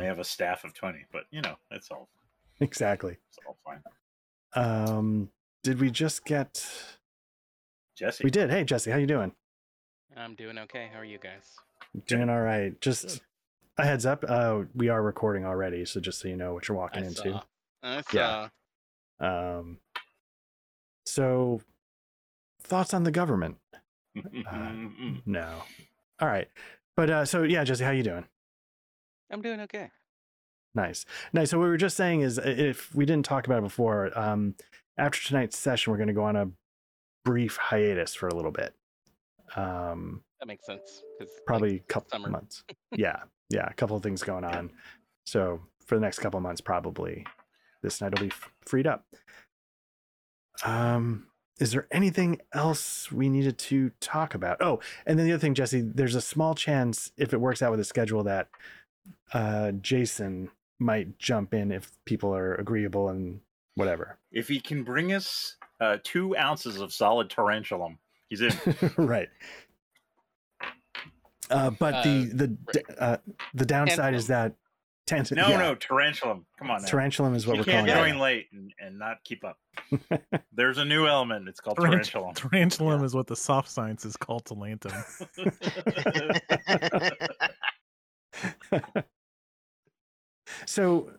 they have a staff of twenty, but you know that's all.
Exactly.
It's all fine.
Um, did we just get?
Jesse,
We did. Hey, Jesse, how you doing?
I'm doing okay. How are you guys?
Doing all right. Just a heads up. Uh, we are recording already, so just so you know what you're walking
I
into.
saw. I saw.
Yeah. Um, so thoughts on the government? uh, No. All right. But uh, so yeah, Jesse, how you doing?
I'm doing okay.
Nice, nice. So what we were just saying is, if we didn't talk about it before, um, after tonight's session, we're going to go on a brief hiatus for a little bit. Um,
That makes sense. 'cause, like,
probably a couple
summer.
months. Yeah, yeah, a couple of things going on. So for the next couple of months, probably this night will be f- freed up. Um, is there anything else we needed to talk about? Oh, and then the other thing, Jesse, there's a small chance if it works out with the schedule that uh, Jason might jump in if people are agreeable and whatever.
if he can bring us uh, two ounces of solid tarantulum, he's in.
right. Uh, but the
Uh,
the d- uh, the downside is that tant-
No,
yeah,
no, tarantulum. Come on, now.
tarantulum is what
you
we're
can't
calling
join
it.
late and, and not keep up. There's a new element. It's called
Tarantulum,
tarantulum.
tarantulum is what the soft science is called talantum.
So,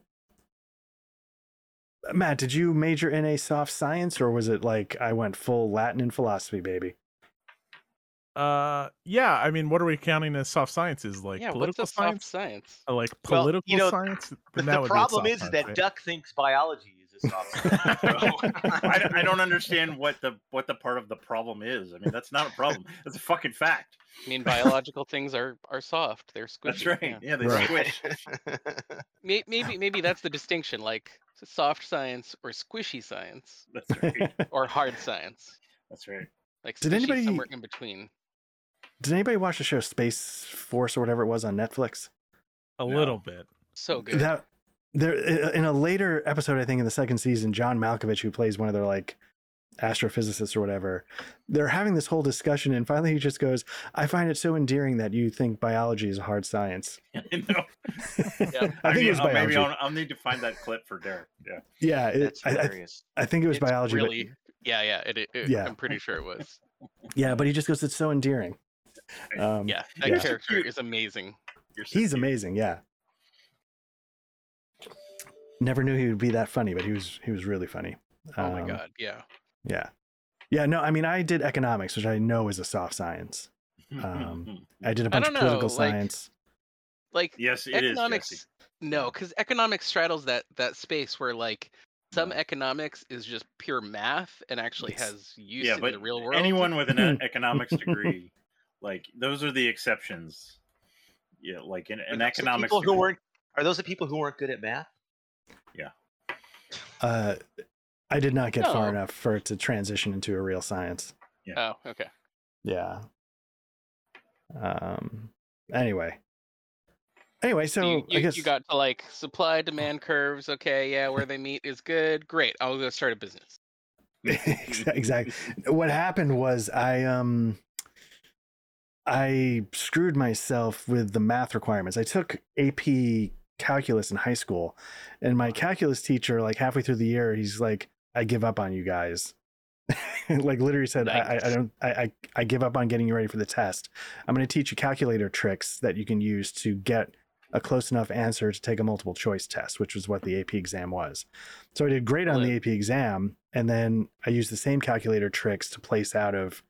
Matt, did you major in a soft science, or was it like I went full Latin and philosophy, baby?
Uh, yeah. I mean, what are we counting as soft sciences? Like
yeah, what's
political
a soft
science?
science?
Uh, like
Well, you
political
know,
science?
But
Then that
the
would be a
problem
soft
is, is
science,
that
right?
Duck thinks biology is a soft science.
I, don't- I don't understand what the what the part of the problem is. I mean, that's not a problem. That's a fucking fact.
I mean, biological things are are soft. They're squishy.
That's right.
yeah.
Yeah, they
Right.
squish.
May- Maybe maybe that's the distinction, like s- soft science or squishy science
That's right.
or hard science.
That's right.
Like
Did
squishy is
anybody-
somewhere in between.
Did anybody watch the show Space Force or whatever it was on Netflix?
a little bit.
So good.
That there in a later episode, I think in the second season, John Malkovich, who plays one of their like astrophysicists or whatever, they're having this whole discussion, and finally he just goes, "I find it so endearing that you think biology is a hard science."
I know.
I think it was biology.
I'll- oh, Maybe I'll, I'll need to find that clip for Derek. Yeah.
yeah, it,
That's
I, I,
hilarious.
I think it was
It's
biology. but-
Really? Yeah, yeah. It, it, it-
Yeah.
I'm pretty sure it was.
yeah, but he just goes, "It's so endearing." Um,
Yeah, that
Yeah.
character
Cute.
is amazing.
You're so
he's
cute.
amazing. Yeah. Never knew he would be that funny, but he was he was really funny.
Oh my
Um,
god. Yeah.
Yeah. Yeah, no, I mean, I did economics, which I know is a soft science. Um, I did a bunch of
don't
political
know, like,
science.
Like
yes, it is.
economics.
Jesse.
no, because economics straddles that that space where like some economics is just pure math and actually
Yes.
has use
Yeah,
in
but
the real world.
Anyone with an e- economics degree, like those are the exceptions. Yeah, like an, an
Are those the
economics.
people who
degree-
weren't are those the people who weren't good at math?
Uh, I did not get far
No.
enough for it to transition into a real science.
Oh, okay.
Yeah. Um. Anyway. Anyway, so
So you, you,
I guess
you got to like supply demand curves. Okay, yeah, where they meet is good. Great, I'll go start a business.
exactly what happened was I um I screwed myself with the math requirements. I took AP calculus in high school and my calculus teacher like halfway through the year he's like I give up on you guys. like literally said I, I, I
Nice.
don't I, I I give up on getting you ready for the test. I'm going to teach you calculator tricks that you can use to get a close enough answer to take a multiple choice test, which was what the AP exam was. So I did great on the
Brilliant.
AP exam, and then I used the same calculator tricks to place out of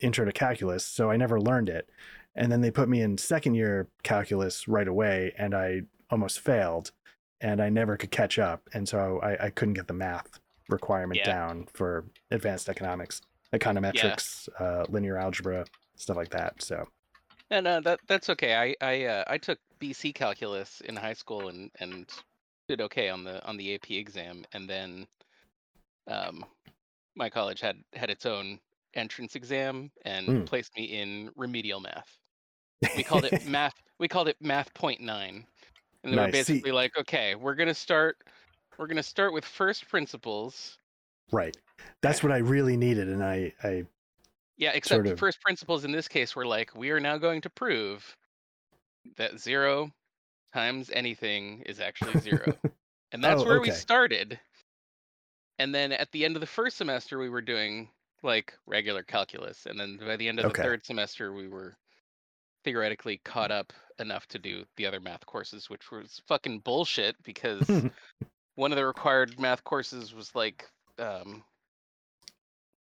intro to calculus. So I never learned it. And then they put me in second year calculus right away, and I almost failed, and I never could catch up. And so I, I couldn't get the math requirement
Yeah.
down for advanced economics, econometrics, uh, linear algebra, stuff like that. So
And uh, that that's okay. I I uh, I took BC calculus in high school and and did okay on the on the AP exam. And then, um, my college had had its own entrance exam and
Mm.
placed me in remedial math. we called it math we called it math point nine and they were
Nice. See-
basically like okay we're gonna start we're gonna start with first principles
right. That's what I really needed, and I I
yeah except
of.
first principles in this case were like we are now going to prove that zero times anything is actually zero. and that's
Oh,
where we
okay.
started. And then at the end of the first semester, we were doing like regular calculus. And then by the end of
Okay.
the third semester, we were theoretically caught up enough to do the other math courses, which was fucking bullshit because one of the required math courses was like um,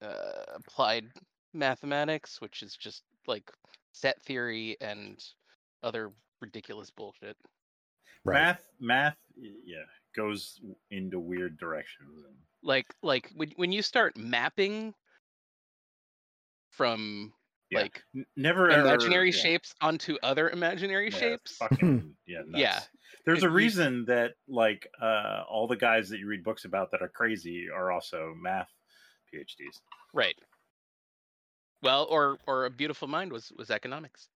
uh, applied mathematics, which is just like set theory and other ridiculous bullshit.
right.
Math, math, yeah, goes into weird directions. And
Like like when when you start mapping from
Yeah.
like
n- never ever-
imaginary
yeah,
shapes onto other imaginary
yeah,
shapes.
Fucking, yeah, nuts.
Yeah.
There's
It-
a
you-
reason that like uh, all the guys that you read books about that are crazy are also math PhDs.
Right. Well, or or a beautiful mind was was economics.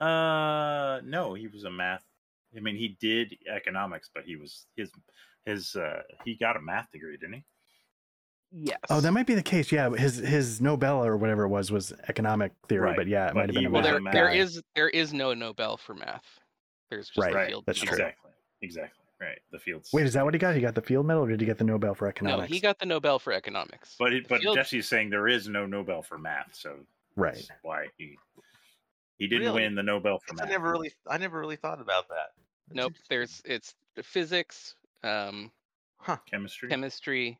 Uh, no, he was a math. I mean, he did economics, but he was his his uh he got a math degree, didn't he?
Yes.
Oh, that might be the case. Yeah, his his Nobel or whatever it was was economic theory,
Right,
but yeah, it
but
might have
he
been. a
well
was
math
there
math
there
guy.
guy.
is there is no Nobel for math. There's just
Right,
a field.
that's
medal.
true.
Exactly. Exactly. Right. The fields.
Wait, is that what he got? He got the field medal, or did he get the Nobel for
No,
economics?
he got the Nobel for economics.
But it,
The
but
field-
Jesse's saying there is no Nobel for math, so
right.
that's why he he didn't
Really?
win the Nobel for
I
math.
never really, I never really thought about that.
Nope. There's it's physics, um,
Chemistry.
chemistry,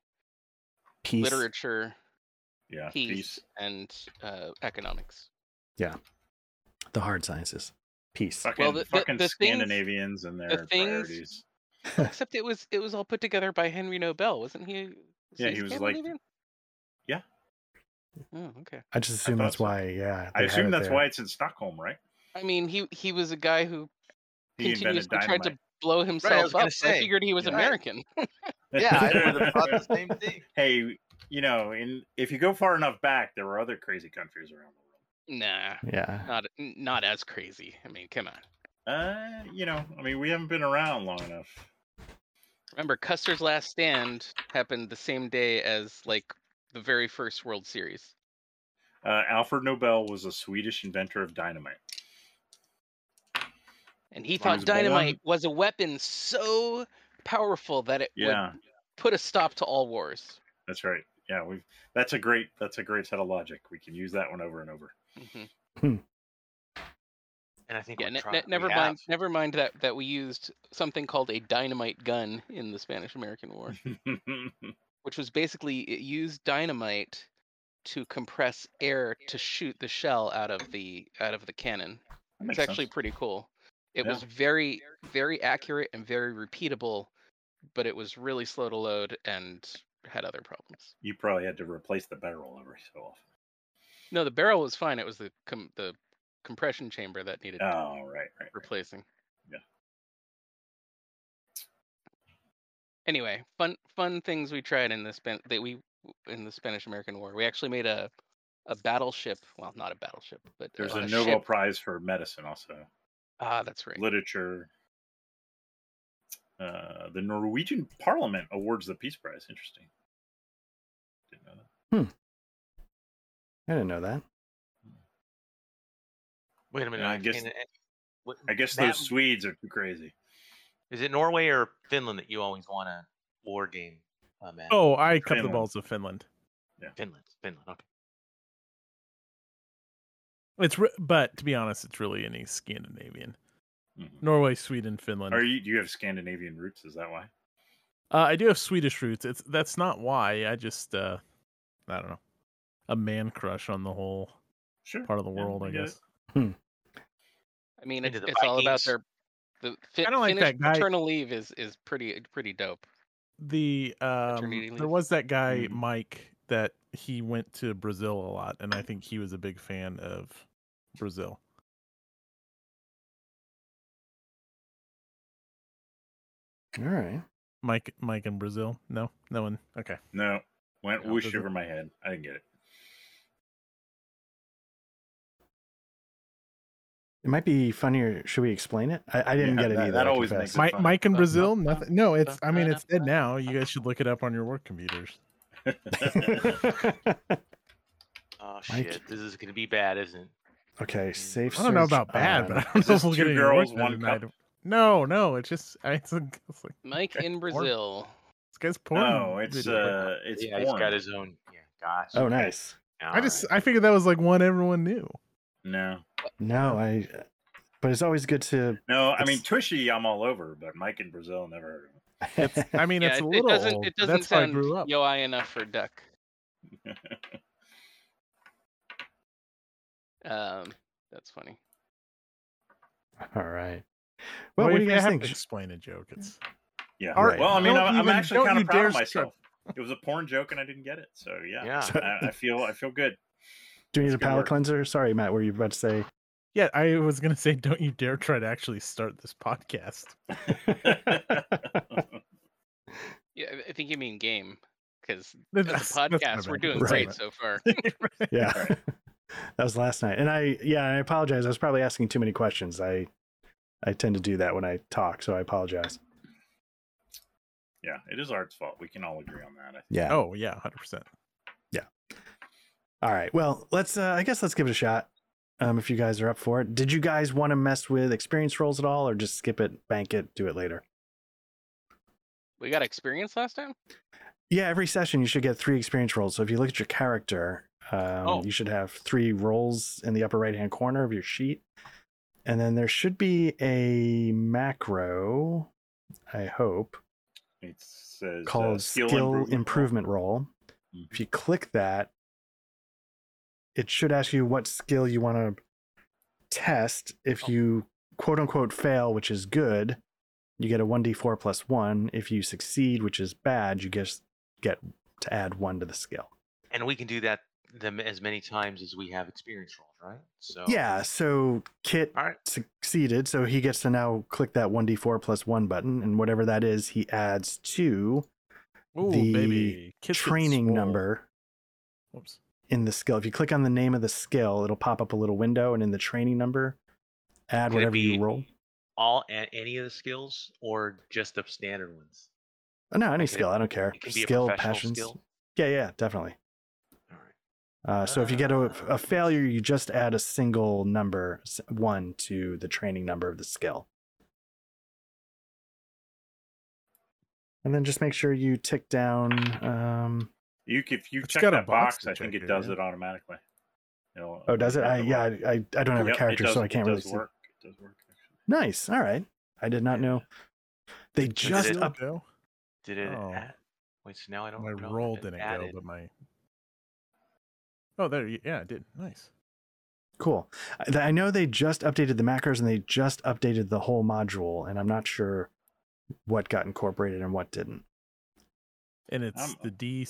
Peace.
literature,
yeah.
peace,
Peace.
and uh, economics.
The hard sciences. Peace.
Fucking,
the- the-
fucking
the things-
Scandinavians and their
the things-
priorities.
Except it was it was all put together by Henry Nobel, wasn't he?
Yeah, he was like-
Scandinavian?
yeah.
Oh, okay.
I just assume
thought
that's
so.
why. Yeah.
I
they had
assume
it
that's
there.
why it's in Stockholm, right?
I mean, he he was a guy who
He invented
continuously tried to
dynamite.
blow himself
gonna
up. I
say,
figured he was
yeah.
American.
Yeah, I would have thought the same thing.
hey, you know, in if you go far enough back, there were other crazy countries around the
Nah,
Yeah.
not n- not as crazy. I mean, come on.
world. Uh, you know, I mean, we haven't been around long enough.
Remember, Custer's Last Stand happened the same day as like the very first World Series.
Uh, Alfred Nobel was a Swedish inventor of dynamite.
And he
When he
thought
was born-
dynamite was a weapon so powerful that it
Yeah,
would put a stop to all wars.
that's right. Yeah, we've that's a great that's a great set of logic. We can use that one over and over.
Mhm.
And I think
Yeah,
we
ne-
try-
ne-
we
never
have.
mind. Never mind that that we used something called a dynamite gun in the Spanish-American War, which was basically it used dynamite to compress air to shoot the shell out of the out of the cannon.
Makes
It's actually
sense.
pretty cool. It
Yeah.
was very, very accurate and very repeatable, but it was really slow to load and had other problems.
you probably had to replace the barrel every so often.
No, the barrel was fine. It was the com- the compression chamber that needed
Oh, right, right. right.
replacing.
Yeah.
Anyway, fun fun things we tried in the Span- that we in the Spanish American War. We actually made a a battleship. Well, not a battleship, but
There's
uh,
a
a
Nobel
ship.
Prize for medicine also.
Ah, that's right.
Literature. Uh, the Norwegian Parliament awards the Peace Prize. Interesting. Didn't know that.
I didn't know that.
Wait a minute.
Yeah, I guess-
and- and- what-
I guess
that-
those Swedes are too crazy.
Is it Norway or Finland that you always want a war game, uh, Matt?
Oh, I cut the
Finland.
balls of Finland.
Finland, Finland. Okay.
It's re- but to be honest, it's really any Scandinavian.
Mhm.
Norway, Sweden, Finland.
Are you? Do you have Scandinavian roots? Is that why?
Uh, I do have Swedish roots. It's that's not why. I just uh, I don't know, a man crush on the whole
Sure.
part of the
Yeah,
world.
I
I
get it.
guess.
I mean,
Into
it's,
the
it's all about
Vikings.
their the fi-
Kinda like
Finnish
that guy-
paternal leave is is pretty pretty dope.
The
Maternity
um, there
leave.
was that guy
Mhm.
Mike that he went to Brazil a lot, and I think he was a big fan of Brazil.
All right.
Mike, Mike in Brazil. No, no one. Okay.
No, went
No, it
whoosh
doesn't.
over my head. I didn't get it.
It might be funnier. Should we explain it? I, I didn't
Yeah,
get it
that-
either.
that
I
always
confess.
Is it
Mike,
fun?
Mike in
Uh,
Brazil.
no,
Nothing. No, it's. I mean,
uh,
it's dead
uh,
now. You guys should look it up on your work computers.
Oh
Mike.
Oh, shit! This is gonna be bad, isn't it?
Okay, safe.
I don't know
search
about bad,
on-
but I don't know
this
if we'll
two
get any
girls,
work done
one
tonight.
cup?
No, no, it's just I- it's, a, it's like
Mike in Brazil.
this guy's porn.
No, it's
video.
uh, it's
yeah, he's
porn.
got his own. Yeah, gosh.
Oh, nice.
I just I figured that was like one everyone knew.
No,
No, I. But it's always good to.
no. I mean,
It's-
Tushy, I'm all over, but Mike in Brazil, never heard of him.
I mean,
yeah,
it's
it,
a
it
little
doesn't
old.
it
but
doesn't
That's how I
sound
grew up.
yo enough for duck. Um, that's funny.
All right. Well,
Wait,
what do
if
you
I
guys
have
think?
to explain a joke. It's
Yeah.
All right.
Well, I mean,
Don't
I'm, I'm
even-
actually
don't
kind
you
of proud
dare
of
start-
myself. It was a porn joke, and I didn't get it. So yeah,
Yeah.
I, I feel I feel good.
Do you need a
It's good
palate
work.
cleanser? Sorry, Matt. Were you about to say?
yeah. I was gonna say, don't you dare try to actually start this podcast.
Yeah, I- I think you mean game because
That's,
as a
that's my
podcast we're
bad.
doing
Right.
great so far.
Yeah.
Right.
that was last night, and I yeah, I apologize. I was probably asking too many questions. I I tend to do that when I talk, so I apologize.
yeah, it is Art's fault. We can all agree on that. I think.
Yeah.
Oh yeah, hundred percent.
Oh.
All right. Well, let's. Uh, I guess let's give it a shot. Um, if you guys are up for it, did you guys want to mess with experience rolls at all, or just skip it, bank it, do it later?
We got experience last time.
Yeah, every session you should get three experience rolls. So if you look at your character, um,
Oh.
you should have three rolls in the upper right hand corner of your sheet. And then there should be a macro, I hope,
It says uh,
called skill,
skill,
improvement, roll.
Mhm.
If you click that, it should ask you what skill you want to test. If you quote unquote fail, which is good, you get a 1d4 plus 1. If you succeed, which is bad, you just get to add 1 to the skill.
and we can do that them as many times as we have experience rolls, right? So
Yeah, so Kit
Oh. All right.
succeeded, so he gets to now click that 1d4 plus 1 button, and whatever that is, he adds to
Ooh,
The
baby. Kiss it
training
swole.
number
Whoops.
in the skill. If you click on the name of the skill, it'll pop up a little window, and in the training number, add
Could it
whatever
be-
you roll.
all a- any of the skills or just the standard ones.
Oh, no, any
it-
skill, I don't care.
It can be a
Skill,
professional
passions.
skill.
Yeah, yeah, definitely.
All right.
Uh, so if you get a,
Ah.
a failure, you just add a single number, s- one, to the training number of the skill. And then just make sure you tick down. Um,
You, c- if you
It's
check
got a
that
box
box,
to
I think
check
it
it,
does
yeah.
it automatically. It'll-
oh, does it? I yeah, I I, I don't have
Yep,
a character,
it does,
so I can't
it
really
does
see.
work. It does work. Actually.
Nice. All right. I did not know. They just
it-
up.
go.
Did it?
Oh.
add- Wait, so now I don't.
My
know if
roll
it
didn't go,
added.
but my oh there, you- yeah, it did. Nice.
Cool. I I know they just updated the macros and they just updated the whole module, and I'm not sure what got incorporated and what didn't.
And it's
I'm-
the D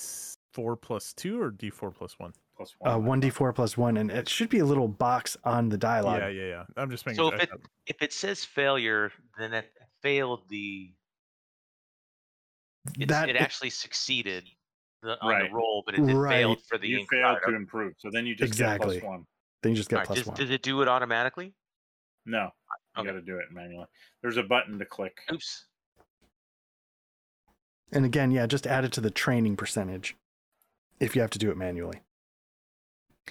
four plus two or D four plus one.
Plus
Uh,
one.
1d4 plus 1, and it should be a little box on the dialogue.
Yeah, yeah, yeah. I'm just making.
So
sure.
if it if it says failure, then it failed the. It's,
that
it actually succeeded the, on
Right.
the roll, but it, it
Right.
failed for the.
You
inc-
failed
alright,
to improve, so then you just
Exactly.
get plus one.
then you just get
alright,
plus
does-
1.
Did it do it automatically?
No, you
Okay.
got to do it manually. There's a button to click.
Oops.
And again, yeah, just add it to the training percentage if you have to do it manually.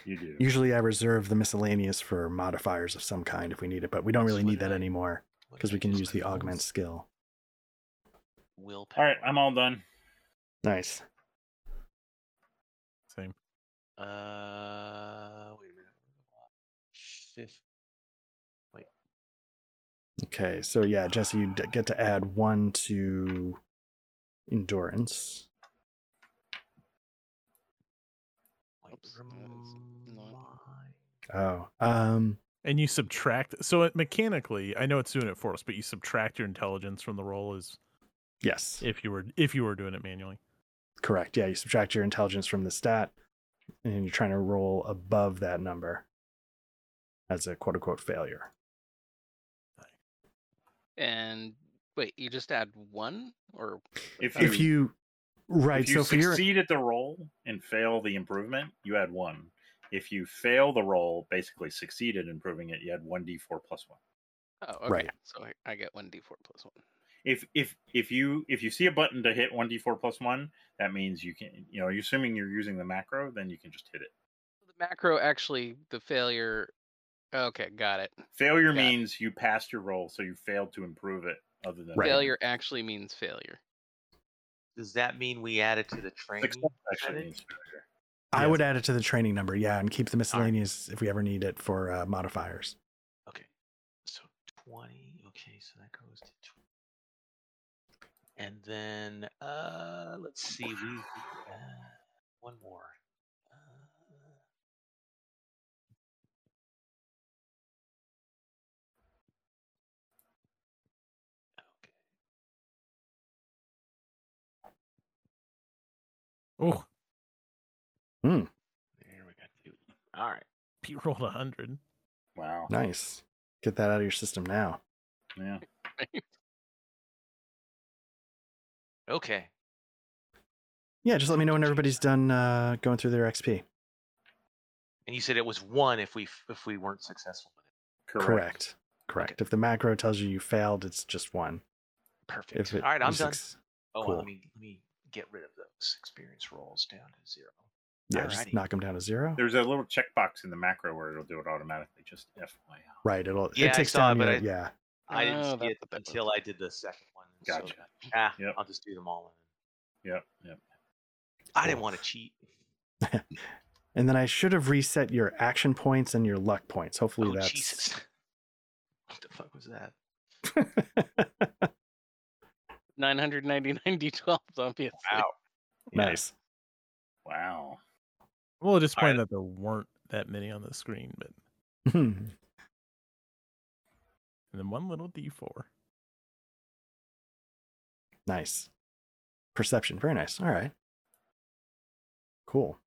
You do.
Usually I reserve the miscellaneous for modifiers of some kind if we need it, but we don't
That's
really
what
need that
I-
anymore
What
because
did
we
I
can
just
use the
click on?
augment skill.
All
Willpower.
right, I'm all done.
Nice.
Same.
Uh, wait a minute. Fifth.
Okay, so yeah, Jesse, you d- get to add one to endurance.
Wait,
Oops, that is not-
remind-
Oh, um,
And you subtract. So it, mechanically, I know it's doing it for us, but you subtract your intelligence from the roll as
yes,
if you were if you were doing it manually.
correct. Yeah, you subtract your intelligence from the stat, and you're trying to roll above that number as a quote unquote failure.
And wait, you just add one or
If you,
If you, right?
if you
so for your
succeed at the roll and fail the improvement, you add one. If you fail the roll, basically succeed at improving it, you add one d4 plus one.
oh okay.
Right.
So I, I get one d four plus one.
If if if you if you see a button to hit one d4 plus one, that means you can. You know, you're assuming you're using the macro, then you can just hit it.
The macro actually the failure Okay, got it.
Failure
Got it.
means you passed your roll, so you failed to improve it. Other than
Right.
Failure actually means failure.
Does that mean we add it to the training?
success actually means failure.
I
Yes.
would add it to the training number, yeah, and keep the miscellaneous if we ever need it for uh, modifiers.
Okay. So 20. Okay, so that goes to 20. And then uh let's see. We uh, one more. Uh, okay.
Oh,
There we got two. All right.
Pete rolled a hundred.
Wow.
Nice. Get that out of your system now.
Yeah.
Okay.
Yeah, just let me know when everybody's done uh, going through their XP.
And you said it was one if we f- if we weren't successful with it.
Correct.
Correct. Correct. If the macro tells you you failed, it's just one.
Perfect.
If it,
All right, I'm
you
done.
suc-
Oh,
cool.
let me let me get rid of those experience rolls down to zero.
Yeah, just
Alrighty.
knock them down to zero.
There's a little checkbox in the macro where it'll do it automatically. Just FYI.
Right. It'll
Yeah, I
it takes
saw it,
down
but
your,
I-
yeah.
I didn't
Oh,
see
that's
it
what that was.
until I did the second one. so-
Gotcha.
ah,
Yep.
I'll just do them all.
Yep. Yep.
I didn't want to cheat.
And then I should have reset your action points and your luck points. Hopefully
Oh,
that's
Jesus. What the fuck was that?
999 d12s, obviously.
Yeah.
nice.
Wow.
Well, just
All right.
point that there weren't that many on the screen, but
Hmm.
and then one little D four.
nice. Perception. Very nice. All right. Cool.